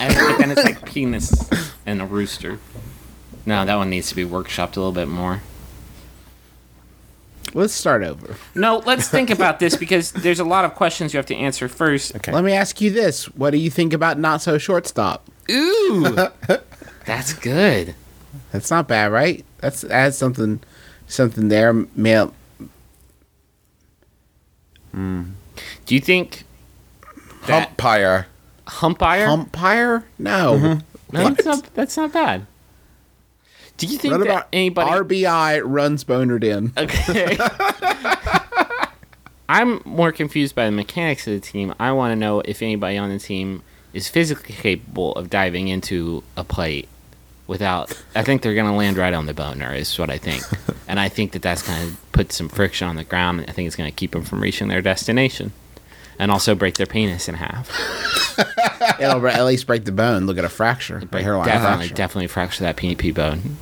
C: And but then it's like penis and a rooster. No, that one needs to be workshopped a little bit more.
B: Let's start over.
C: No,
B: (laughs)
C: let's think about this because there's a lot of questions you have to answer first. Okay.
B: Let me ask you this: What do you think about not so shortstop?
C: Ooh. That's good.
B: That's not bad, right? That's adds something, something there. Male,
C: Do you think that
D: umpire.
C: umpire?
B: umpire? No.
C: That's not, that's not bad. Do you think
B: What
C: that
B: about
C: anybody?
B: RBI runs bonered in?
C: okay. (laughs) I'm more confused by the mechanics of the team. I want to know if anybody on the team is physically capable of diving into a plate without. I think they're going to land right on the boner, is what I think. and I think that that's going to put some friction on the ground. And I think it's going to keep them from reaching their destination. And also break their penis in half.
B: It'll bre- at least break the bone. Look at a fracture, a hairline
C: definitely,
B: fracture.
C: definitely fracture that PNP bone.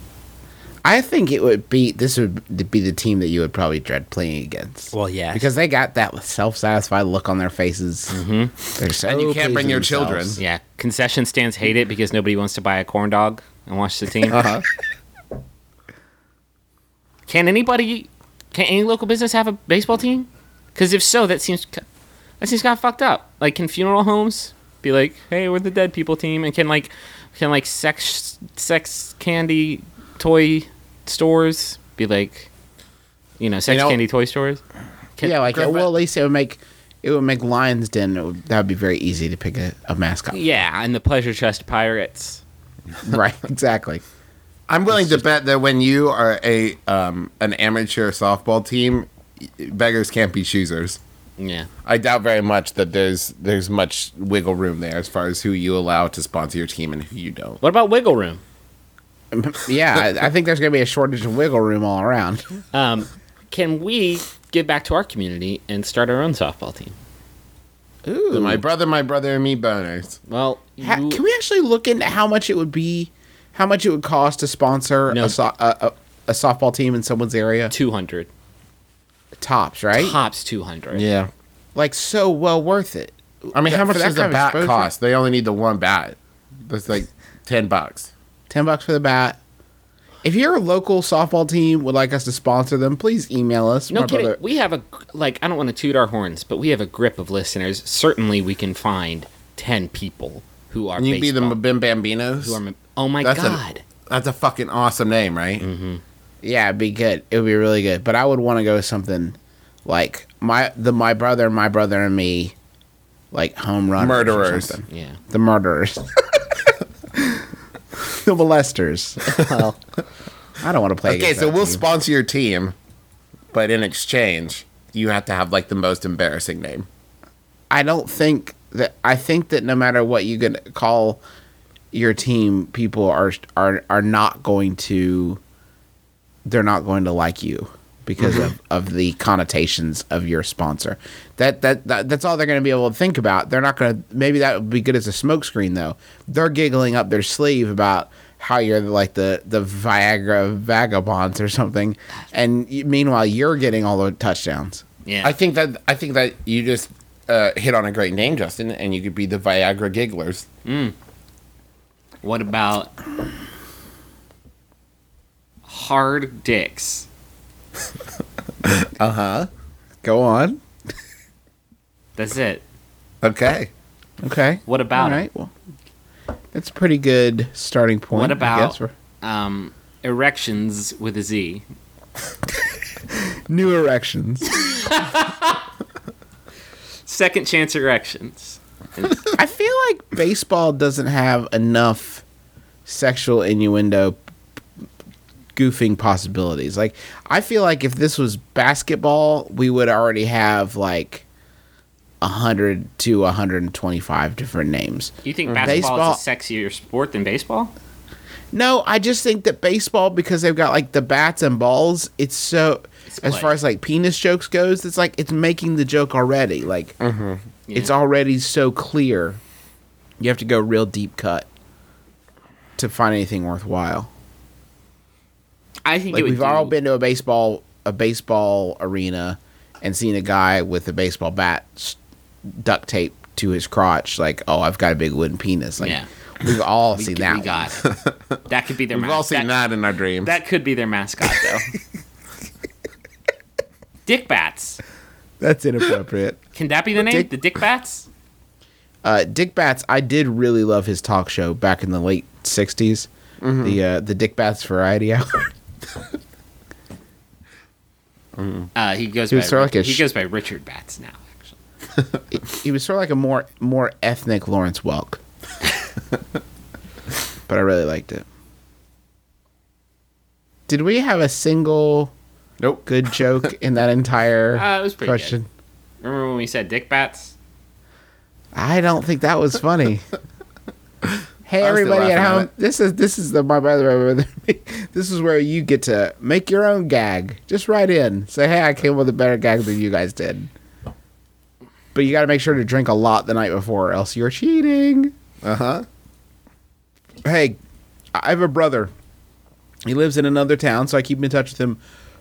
B: I think it would be this would be the team that you would probably dread playing against.
E: Well, yes.
B: because they got that self-satisfied look on their faces. Mm-hmm. They're so
D: And you
B: pleased
D: can't bring
B: with
D: your
B: themselves.
D: children.
C: Yeah, concession stands hate it because nobody wants to buy a corn dog and watch the team.
B: Uh-huh.
C: Can anybody? Can any local business have a baseball team? Because if so, that seems ki- that seems kind of fucked up. Like, can funeral homes be like, "Hey, we're the dead people team," and can like can like sex sex candy toy stores be like, you know, sex
D: You know-
C: candy toy stores? Can,
B: Yeah, like
D: Griffin-
B: well, at least it would make it would make Lions Den. it would- That would be very easy to pick a, a mascot.
C: yeah, and the pleasure chest pirates.
B: (laughs) Right, exactly.
D: I'm willing to bet that when you are a um, an amateur softball team, beggars can't be choosers.
C: Yeah.
D: I doubt very much that there's there's much wiggle room there as far as who you allow to sponsor your team and who you don't.
C: What about wiggle room?
B: Yeah, I, I think there's going to be a shortage of wiggle room all around.
C: Um, can we give back to our community and start our own softball team?
D: The my brother, my brother, and me boners.
C: Well,
B: Ha-
C: you-
B: can we actually look into how much it would be, how much it would cost to sponsor
C: No.
B: a, so- a, a, a softball team in someone's area?
C: 200.
B: Tops, right?
C: Tops 200.
D: Yeah.
B: Like so well worth it.
D: I mean, how
B: For
D: much
B: that
D: does a
B: kind of
D: bat
B: exposure?
D: cost? They only need the one bat. That's like ten bucks.
B: Ten bucks for the bat. If your local softball team would like us to sponsor them, please email us.
C: No
B: My
C: kidding.
B: brother-
C: We have a, like, I don't want to toot our horns, but we have a grip of listeners. Certainly we can find 10 people who are
D: And you can be the
C: baseball-
D: Mbim Bambinos.
C: who are ma- Oh my
D: That's a-
C: God.
D: That's a fucking awesome name, right?
B: Mm-hmm. Yeah, it'd be good. It would be really good. But I would want to go with something like my the my brother and my brother and me, like home run
D: Murderers.
C: yeah.
B: the murderers, (laughs) the molesters. well, (laughs) I don't want to play.
D: Okay,
B: against
D: so
B: that
D: we'll
B: team.
D: sponsor your team, but in exchange, you have to have like the most embarrassing name.
B: I don't think that. I think that no matter what you can call your team, people are are are not going to. They're not going to like you because of, of the connotations of your sponsor. That, that that that's all they're going to be able to think about. They're not going to. Maybe that would be good as a smokescreen though. They're giggling up their sleeve about how you're like the the Viagra vagabonds or something, and you- meanwhile you're getting all the touchdowns.
C: Yeah.
D: I think that I think that you just uh, hit on a great name, Justin, and you could be the Viagra Gigglers.
C: what about hard dicks?
B: Go on.
C: That's it.
D: Okay.
B: Okay.
C: What about
B: All
C: it?
B: right. Well, that's a pretty good starting point.
C: What
B: I
C: about
B: guess, or-
C: um, erections with a Z?
B: new
C: (laughs)
B: erections?
C: Second chance
D: (laughs)
C: erections.
B: I feel like baseball doesn't have enough sexual innuendo goofing possibilities. Like I feel like if this was basketball, we would already have like 100 to 125 different names.
C: You think basketball
B: Baseball-
C: is a sexier sport than baseball?
B: No, I just think that baseball because they've got like the bats and balls. It's so
C: It's
B: as
C: play.
B: far as like penis jokes goes, it's like it's making the joke already. Like
C: Mm-hmm.
B: it's already so clear. You have to go real deep cut to find anything worthwhile.
C: I think it
B: Like
C: would
B: we've all
C: do-
B: been to a baseball a baseball arena and seen a guy with a baseball bat s- duct tape to his crotch. Like, oh, I've got a big wooden penis. Like
C: Yeah.
B: we've all
C: we,
B: seen
C: we
B: that. one. (laughs)
C: got it. that could be their
D: We've all
C: mascot.
D: seen that, in our dreams.
C: That could be their mascot
B: (laughs)
C: though. dick bats.
B: That's inappropriate.
C: Can that be the name?
B: Dick-
C: the dick bats?
B: Uh, Dick Bats, I did really love his talk show back in the late '60s,
C: Mm-hmm.
B: the uh, the Dick Bats Variety Hour. (laughs)
C: Uh, he goes
B: He
C: by
B: was sort of like a
C: he
B: sh-
C: goes by Richard Bats now, actually. (laughs)
B: he was sort of like a more more ethnic Lawrence Welk, but I really liked it. Did we have a single
D: Nope.
B: good joke in that entire
C: (laughs) Uh, it was pretty good.
B: question?
C: Remember when we said dick bats?
B: I don't think that was
D: (laughs)
B: funny. hey
D: I was still
B: everybody at
D: laughing at
B: home,
D: it.
B: this is this is the my brother. My brother (laughs) this is where you get to make your own gag. Just write in, say hey, I came up with a better gag than you guys did. But you got to make sure to drink a lot the night before, or else you're cheating.
D: Uh huh.
B: hey, I have a brother. He lives in another town, so I keep in touch with him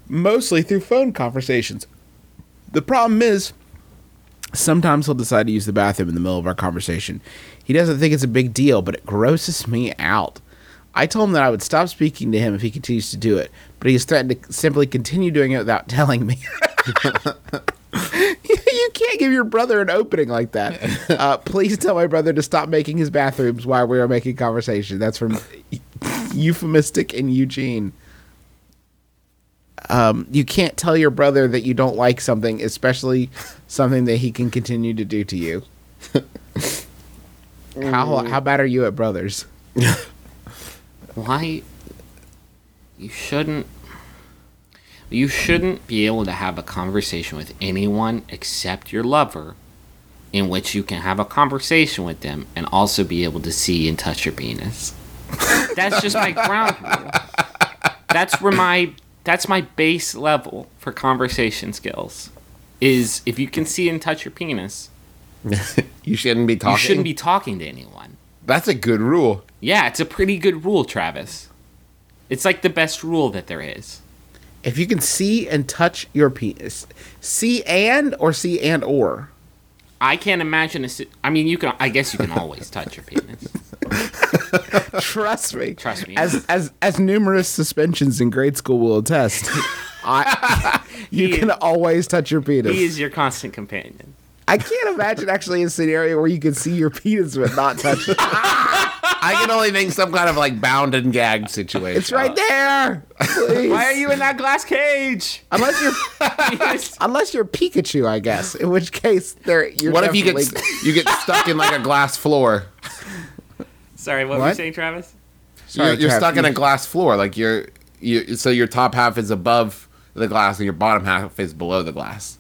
B: mostly through phone conversations. The problem is, sometimes he'll decide to use the bathroom in the middle of our conversation. He doesn't think it's a big deal, but it grosses me out. I told him that I would stop speaking to him if he continues to do it, but he has threatened to simply continue doing it without (laughs) telling me. you can't give your brother an opening like that. Uh, please tell my brother to stop making his bathrooms while we are making conversation. That's from (laughs) euphemistic and Eugene. Um, you can't tell your brother that you don't like something, especially something that he can continue to do to you. (laughs)
C: Mm.
B: how how bad are you at brothers?
C: Why? You shouldn't. You shouldn't be able to have a conversation with anyone except your lover, in which you can have a conversation with them and also be able to see and touch your penis. That's just my ground rule. That's where my that's my base level for conversation skills. Is if you can see and touch your penis,
D: You shouldn't be talking.
C: you shouldn't be talking to anyone.
D: That's a good rule.
C: Yeah, it's a pretty good rule, Travis. It's like the best rule that there is.
B: If you can see and touch your penis, see and or see and or.
C: I can't imagine a. si- I mean, you can. I guess you can always touch your penis.
B: Trust me.
C: Trust me.
B: As as as numerous suspensions in grade school will
C: (laughs)
B: attest, I you
C: He-
B: can always touch your penis.
C: (laughs) He is your constant companion.
B: I can't imagine actually a scenario where you can see your penis but not touch
C: (laughs)
B: it.
D: I can only think some kind of like bound and gagged situation.
B: It's right there. Please.
C: Why are you in that glass cage? (laughs)
B: Unless you're unless you're Pikachu, I guess. In which case, there. You're
D: Uh, What if you get
B: definitely-
D: you get stuck in like a glass floor?
C: Sorry, what, were you
B: What?
C: saying, Travis?
B: Sorry,
D: you're you're
B: Trav,
D: stuck in
B: you-
D: a glass floor. Like you're you. So your top half is above the glass, and your bottom half is below the glass.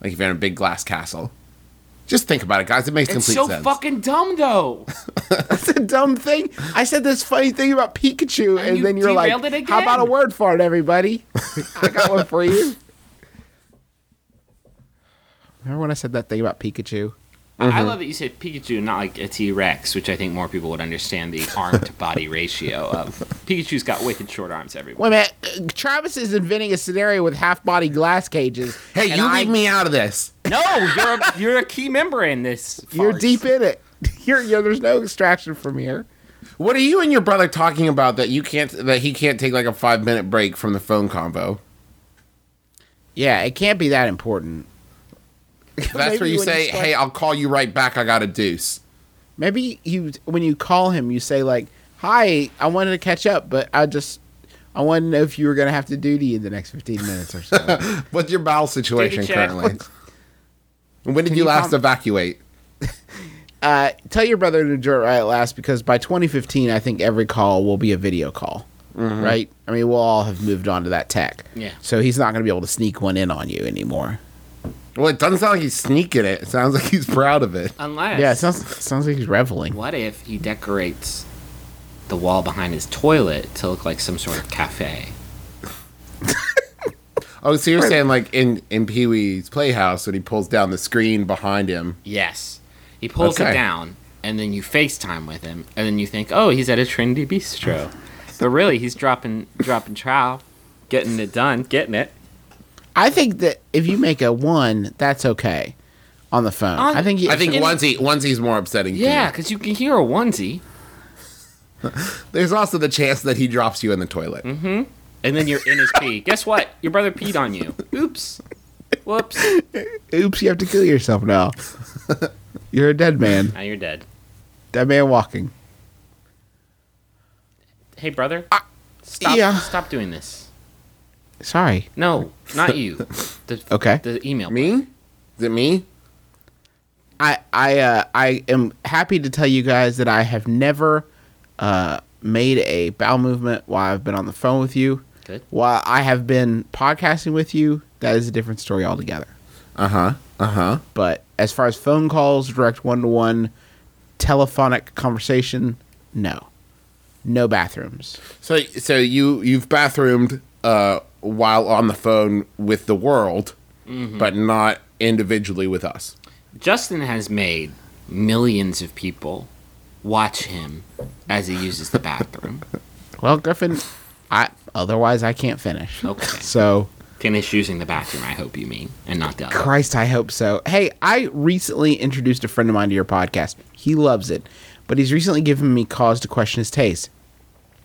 D: Like if you're in a big glass castle. Just think about it, guys. It makes
C: It's
D: complete
C: so
D: sense.
C: fucking dumb, though.
B: That's (laughs) a dumb thing. I said this funny thing about Pikachu, and,
C: you
B: then you're like,
C: derailed it
B: "How about a
C: again."
B: word for it, everybody?" I got one for you. Remember when I said that thing about Pikachu?
C: I love that you said Pikachu, not like a T Rex, which I think more people would understand the arm to body ratio of. Pikachu's got wicked short arms.
B: Wait
C: Everywhere.
B: a minute. uh, Travis is inventing a scenario with half-body glass cages.
D: Hey,
B: and
D: you
B: I-
D: leave me out of this.
C: No, you're a, you're a key member in this.
B: You're
C: farce.
B: deep in it. (laughs) You're, you're there's no extraction from here.
D: What are you and your brother talking about that you can't that he can't take like a five minute break from the phone convo?
B: Yeah, it can't be that important.
D: That's where
B: Maybe
D: you
B: when you
D: say,
B: start-
D: "Hey, I'll call you right back. I got a deuce."
B: Maybe you when you call him, you say like, "Hi, I wanted to catch up, but I just I wanted to know if you were gonna have to duty in the next fifteen minutes or so."
D: What's your bowel situation
C: check.
D: currently? And when did you,
B: you
D: last
B: com-
D: evacuate?
B: uh, tell your brother to do it right at last because by 2015, I think every call will be a video call, right? I mean, we'll all have moved on to that tech.
C: Yeah.
B: So he's not gonna be able to sneak one in on you anymore.
D: Well, it doesn't sound like he's sneaking it. It sounds like he's proud of it.
C: Unless.
B: Yeah, it sounds sounds like he's reveling.
C: What if he decorates the wall behind his toilet to look like some sort of cafe?
D: Oh, so you're saying like in in Pee Wee's Playhouse when he pulls down the screen behind him?
C: Yes. He pulls it
D: Okay.
C: down, and then you FaceTime with him, and then you think, oh, he's at a trendy (laughs) bistro. but really, he's dropping dropping trowel, getting it done, getting it.
B: I think that if you make a one, that's okay on the phone.
C: On-
B: I think. You,
D: I think
C: In-
D: onesie onesie's more upsetting. to
C: Yeah,
D: you.
C: because you can hear a onesie,
D: There's also the chance that he drops you in the toilet.
C: and then you're in his (laughs) pee. Guess what? Your brother peed on you. Oops. Whoops.
B: (laughs) Oops, you have to kill yourself now. You're a dead man.
C: Now you're dead.
B: Dead man walking.
C: Hey, brother. Stop,
B: yeah.
C: stop doing this.
B: Sorry.
C: No, not (laughs) you. The,
B: Okay.
C: The email.
D: Me? Is it me?
B: I I uh, I am happy to tell you guys that I have never uh, made a bowel movement while I've been on the phone with you.
C: Good.
B: While I have been podcasting with you, that is a different story altogether.
D: Uh
C: Uh-huh.
D: huh. Uh huh.
B: But as far as phone calls, direct one to one, telephonic conversation, no. No bathrooms.
D: So so you you've bathroomed uh, while on the phone with the world, but not individually with us.
C: Justin has made millions of people watch him as he uses the bathroom.
B: Well, Griffin, I otherwise I can't finish.
C: Okay.
B: So
C: Finish using the bathroom, I hope you mean, and not the other.
B: Christ, I hope so. Hey, I recently introduced a friend of mine to your podcast. He loves it, but he's recently given me cause to question his taste.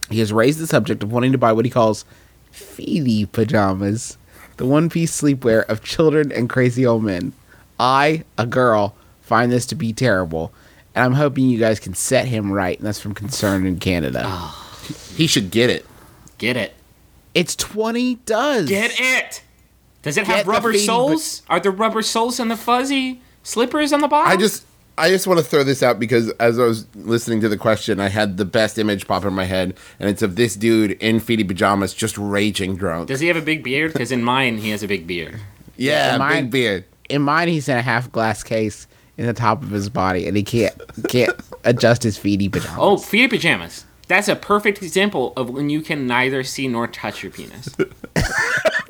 B: He has raised the subject of wanting to buy what he calls feely pajamas, the one piece sleepwear of children and crazy old men. I, a girl, find this to be terrible, and I'm hoping you guys can set him right. And that's from Concern in Canada.
D: He should get it.
C: Get it.
B: It's 20 does.
C: Get it! Does it
B: Get
C: have
B: the
C: rubber
B: feeding-
C: soles? Are there rubber soles on the fuzzy slippers on the bottom?
D: I just I just want to throw this out because as I was listening to the question, I had the best image pop in my head, and it's of this dude in feety pajamas just raging drunk.
C: Does he have a big beard? Because in mine, he has a big (laughs) beard.
D: yeah,
B: mine-
D: big beard.
B: in mine he's in a half glass case in the top of his body and he can't can't adjust his feety (laughs) pajamas.
C: Oh, feet pajamas. That's a perfect example of when you can neither see nor touch your (laughs) penis.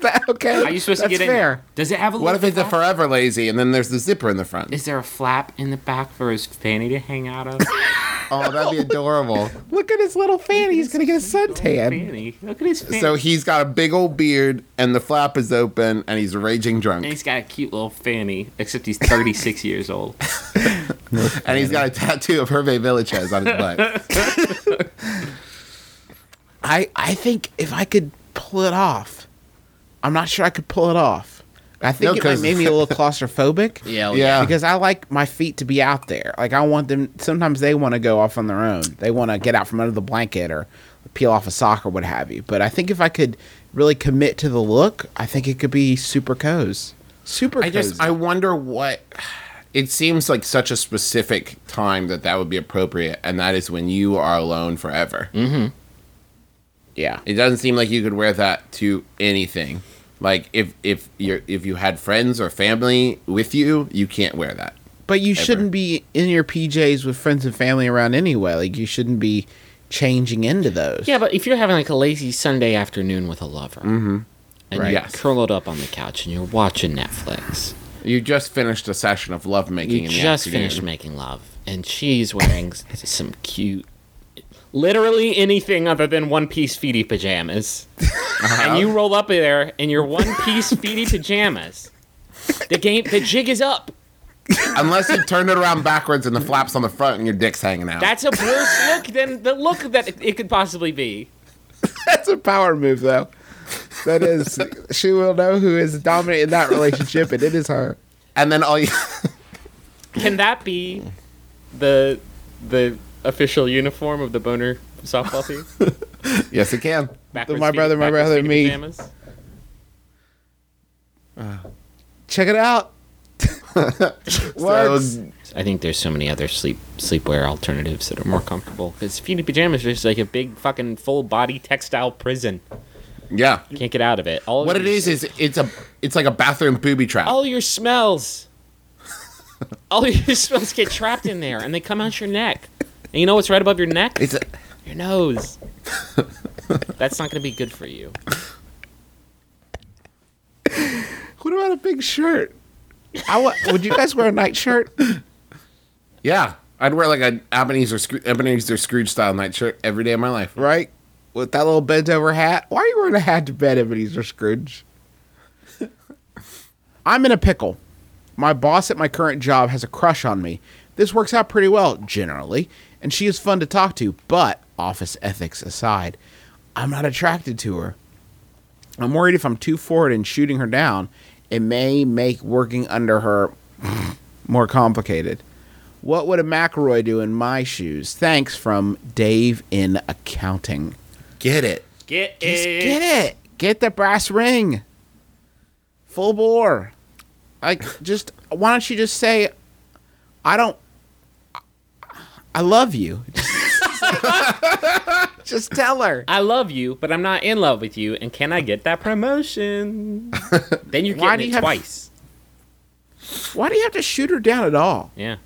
B: That- okay.
C: Are you supposed
B: That's
C: to get
B: fair.
C: in? there? Does it have a
D: What if
C: little
D: it's a
C: flap?
D: forever lazy, and then there's the zipper in the front?
C: Is there a flap in the back for his fanny to hang out (laughs) of?
D: oh, that'd be adorable.
B: Look at his little fanny. He's gonna get a suntan.
C: fanny. Look at his fanny.
D: so he's got a big old beard, and the flap is open, and he's raging drunk,
C: and he's got a cute little fanny, except he's 36 years old.
D: and he's got a tattoo of Hervé Villachez on his butt.
B: I I think if I could pull it off, I'm not sure I could pull it off. I think
D: No,
B: it might
D: 'cause-
B: make me a
D: (laughs)
B: little claustrophobic.
C: Yeah, well,
D: Yeah.
B: Because I like my feet to be out there. Like I want them. Sometimes they want to go off on their own. They want to get out from under the blanket or peel off a sock or what have you. But I think if I could really commit to the look, I think it could be super cozy. Super.
D: (laughs) I just I wonder what it seems like such a specific time that that would be appropriate, and that is when you are alone forever.
B: yeah.
D: It doesn't seem like you could wear that to anything. Like if if you are if you had friends or family with you, you can't wear that.
B: But you shouldn't be in your PJs with friends and family around anyway. Like you shouldn't be changing into those.
C: Yeah, but if you're having like a lazy Sunday (laughs) afternoon with a lover, and
D: Right.
C: you're
D: Yes.
C: curled up on the couch and you're watching Netflix,
D: You just finished a session of lovemaking.
C: you
D: in the
C: just
D: afternoon.
C: finished making love, and she's (laughs) wearing s- some cute, literally anything other than one piece feety pajamas, and you roll up there in your one piece (laughs) feety pajamas. The game, the jig is up.
D: (laughs) Unless you turn it around backwards and the flaps on the front and your dick's hanging out.
C: That's a worse look than the look that it- it could possibly be.
B: That's a power move though. That is. she will know who is dominant in that relationship, and it is her.
D: and then all you
C: Can that be the the official uniform of the boner softball team?
D: (laughs) Yes it can.
C: Backwards
B: My brother, my
C: backwards
B: brother,
C: feet
B: me.
C: pajamas?
B: Check it out. Works.
D: So
C: I think there's so many other sleep sleepwear alternatives that are more comfortable. Because feet in pajamas is just like a big fucking full body textile prison.
D: yeah.
C: Can't get out of it. All
D: What
C: of
D: it
C: your-
D: is is it's a it's like a bathroom booby trap.
B: Oh.
C: all your smells, all your smells get trapped in there, and they come out your neck. And you know what's right above your neck?
D: It's a,
C: your nose. That's not gonna be good for you.
B: What about a big shirt? I wa- would you guys wear a night shirt?
D: yeah. I'd wear like an Ebenezer Scroo- Ebenezer Scrooge style nightshirt every day of my life.
B: Right? With that little bent over hat? Why are you wearing a hat to bed, Ebenezer Scrooge? (laughs) I'm in a pickle. My boss at my current job has a crush on me. This works out pretty well, generally, and she is fun to talk to, but office ethics aside, I'm not attracted to her. I'm worried if I'm too forward in shooting her down, it may make working under her (laughs) more complicated. What would a McElroy do in my shoes? Thanks from Dave in accounting.
D: Get it.
C: Get
B: Just get it. Get the brass ring. Full bore. Like, just why don't you just say, I don't, I love you. Just tell her.
C: I love you, but I'm not in love with you, and can I get that
D: (laughs)
C: promotion? then you're
B: Why do
C: getting
B: you
C: it
B: have-
C: twice.
B: Why do you have to shoot her down at all?
C: Yeah.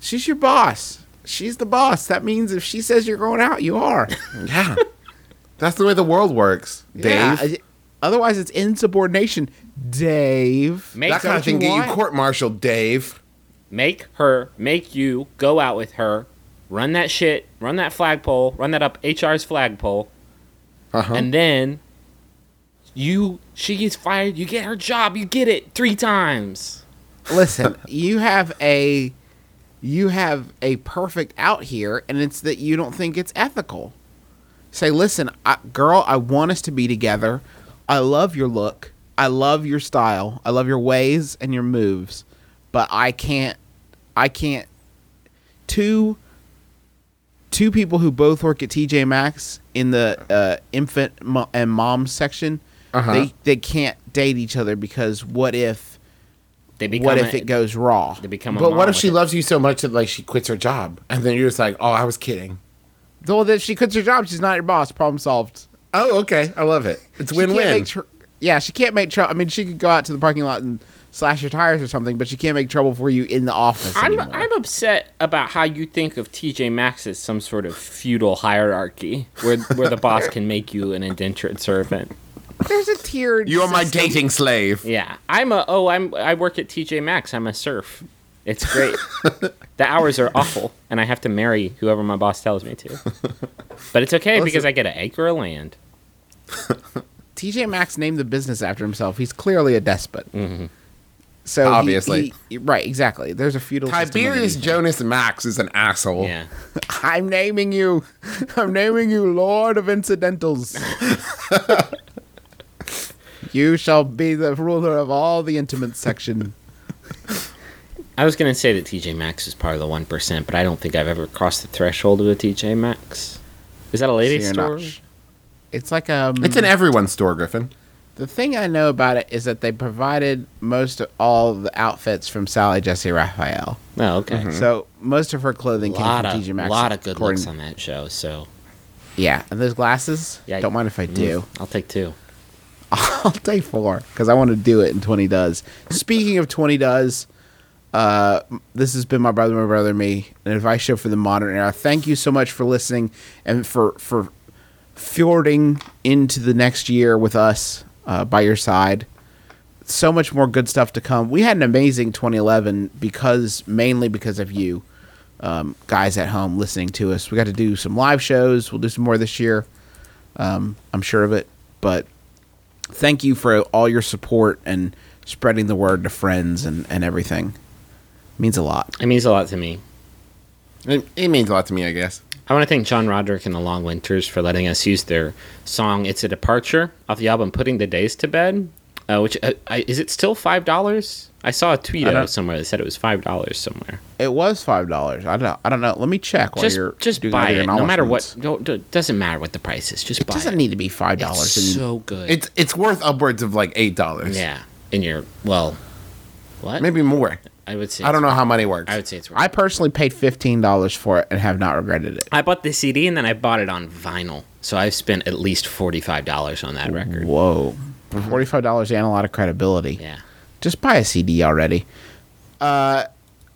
B: She's your boss. She's the boss. That means if she says you're going out, you are.
D: Yeah. That's the way the world works, Dave.
B: Yeah, Otherwise, it's insubordination, Dave.
C: Make
D: that kind
C: her,
D: of thing get you
B: want.
D: court-martialed, Dave.
C: make her, make you go out with her, run that shit, run that flagpole, run that up HR's flagpole,
D: Uh-huh.
C: and then you she gets fired, you get her job, you get it three times.
B: Listen, you have a you have a perfect out here, and it's that you don't think it's ethical. Say, listen, I, girl, I want us to be together. I love your look. I love your style. I love your ways and your moves, but I can't. I can't. Two two people who both work at TJ Maxx in the uh, infant mo- and mom section.
D: Uh-huh.
B: They they can't date each other because what if
C: They become
B: what if
C: a-
B: it goes raw?
C: they become a
D: But
C: mom
D: what if
C: with
D: she
C: it.
D: loves you so much that like she quits her job, and then you're just like, "Oh, I was kidding."
B: Well, then she quits her job. She's not your boss. Problem solved.
D: Oh, okay, I love it. It's
B: She can't
D: win-win.
B: make tr- yeah, she can't make trouble. I mean, she could go out to the parking lot and slash your tires or something, but she can't make trouble for you in the office.
C: I'm,
B: anymore.
C: I'm upset about how you think of TJ Maxx as some sort of feudal hierarchy where, where the boss can make you an indentured servant.
B: There's a tiered.
D: You're my
B: system.
D: dating slave.
C: Yeah, I'm a oh I'm I work at TJ Maxx. I'm a serf. It's great. the hours are awful, and I have to marry whoever my boss tells me to. But it's okay because I get an acre of land.
B: TJ Maxx named the business after himself. He's clearly a despot. So he-
D: Obviously.
B: he- right? Exactly. There's a feudal. system
D: Tiberius
B: underneath.
D: Jonas Max is an asshole.
C: Yeah,
B: I'm naming you. (laughs) I'm naming you Lord of Incidentals. (laughs) you shall be the ruler of all the intimate section.
C: I was gonna say that TJ Maxx is part of the one percent, but I don't think I've ever crossed the threshold of a TJ Maxx. Is that a lady
B: So you're
C: store?
B: not sh- It's like um.
D: It's in everyone's store, Griffin.
B: the thing I know about it is that they provided most of all the outfits from Sally Jesse Raphael.
C: Oh, okay.
B: So most of her clothing
C: A
B: came
C: lot
B: from
C: of,
B: TJ Maxx.
C: lot of good
B: according-
C: looks on that show, so
B: Yeah, and those glasses.
C: Yeah, Mm,
B: don't mind if I do.
C: I'll take two.
B: (laughs) I'll take four because I want to do it in 20 does. Speaking of 20 does, uh, this has been my brother, my brother, and me, an advice show for the modern era. Thank you so much for listening and for for fjording into the next year with us uh, by your side. So much more good stuff to come. We had an amazing 2011 because mainly because of you um, guys at home listening to us. We got to do some live shows. We'll do some more this year. Um, I'm sure of it, but thank you for all your support and spreading the word to friends and, and everything. means a lot.
C: It means a lot to me.
D: It, it means a lot to me, I guess.
C: I want to thank John Roderick and the Long Winters for letting us use their song "It's a Departure" off the album "Putting the Days to Bed," uh, which uh, I, is it still five dollars? I saw a tweet out somewhere that said it was five dollars somewhere.
B: It was five dollars. I don't I don't know. Let me check while
C: Just
B: you're
C: just
B: doing
C: buy
B: other
C: it, no matter what.
B: acknowledgments.
C: Don't, don't- doesn't matter what the price is. Just
B: It
C: buy
B: doesn't
C: it.
B: need to be five dollars.
C: it's so good.
D: It's it's worth upwards of like eight dollars.
C: yeah, in your well, what?
D: maybe more.
C: I would say
D: I don't know how money works.
C: I would say it's. Worth
B: I personally paid fifteen dollars for it and have not regretted it.
C: I bought the CD and then I bought it on vinyl, so I've spent at least forty five dollars on that record.
B: Whoa, forty five dollars and a lot of credibility.
C: Yeah.
B: Just buy a CD already. Uh,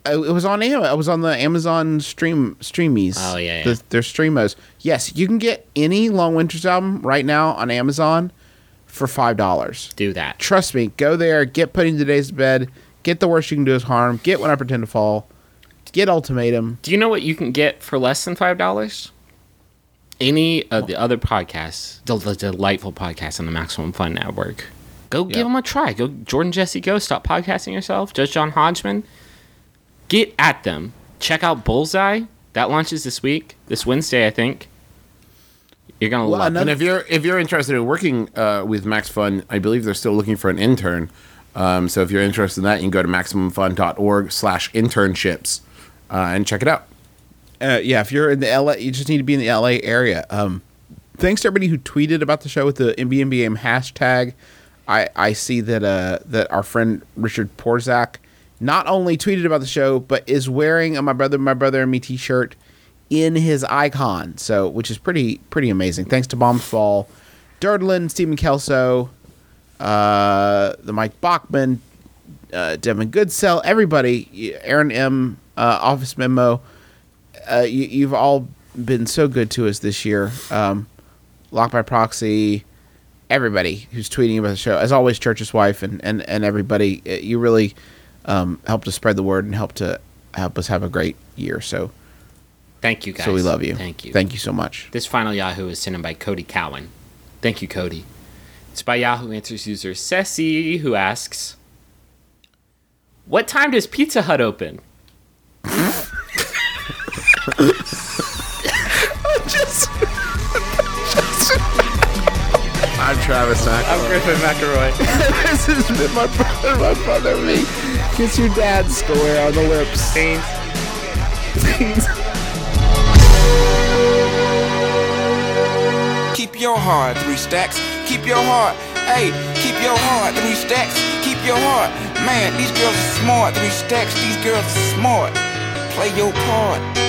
B: it it was on Am- I was on the Amazon stream streamies.
C: Oh, yeah, yeah.
B: The, their streamos. Yes, you can get any Long Winters album right now on Amazon for five dollars.
C: Do that.
B: Trust me, go there, get putting today's to bed, get the worst you can do is harm, get when I pretend to fall, get ultimatum.
C: Do you know what you can get for less than five dollars? Any of the other podcasts, the, the delightful podcasts on the Maximum Fun Network, go give 'em give them a try. Go Jordan Jesse Go. Stop podcasting yourself. Judge John Hodgman. Get at them. Check out Bullseye. That launches this week, this Wednesday, I think. You're gonna
B: Well,
C: love.
B: another-
D: And if you're if you're interested in working uh, with Max Fun, I believe they're still looking for an intern. Um, so if you're interested in that, you can go to maximumfun.org/internships uh, and check it out.
B: Uh, yeah, if you're in the LA, you just need to be in the LA area. Um, thanks to everybody who tweeted about the show with the MBMBM hashtag. I, I see that uh, that our friend Richard uh, Porzak not only tweeted about the show but is wearing a my brother, my brother and me T-shirt. in his icon. So, which is pretty pretty amazing. Thanks to Bombs Fall, Durdlin, Stephen Kelso, uh, the Mike Bachman, uh, Devin Goodsell, everybody, Aaron M, uh, Office Memo. Uh, you, you've all been so good to us this year. Um, Lock by Proxy, everybody who's tweeting about the show. As always, Church's wife and and and everybody, uh, you really um, helped to spread the word and helped to help us have a great year. So
C: Thank you guys.
B: so we love you.
C: Thank you.
B: Thank you so much.
C: This final Yahoo is sent in by Cody Cowan. Thank you, Cody. It's by Yahoo Answers user Ceci, who asks, "What time does Pizza Hut open?"
G: I'm Travis McElroy.
C: Griffin McElroy.
G: This has been my brother, my brother, me.
B: Kiss your dad square on the lips.
H: Keep your heart, three stacks. Keep your heart. Hey, keep your heart, three stacks. Keep your heart. Man, these girls are smart, three stacks. These girls are smart. Play your part.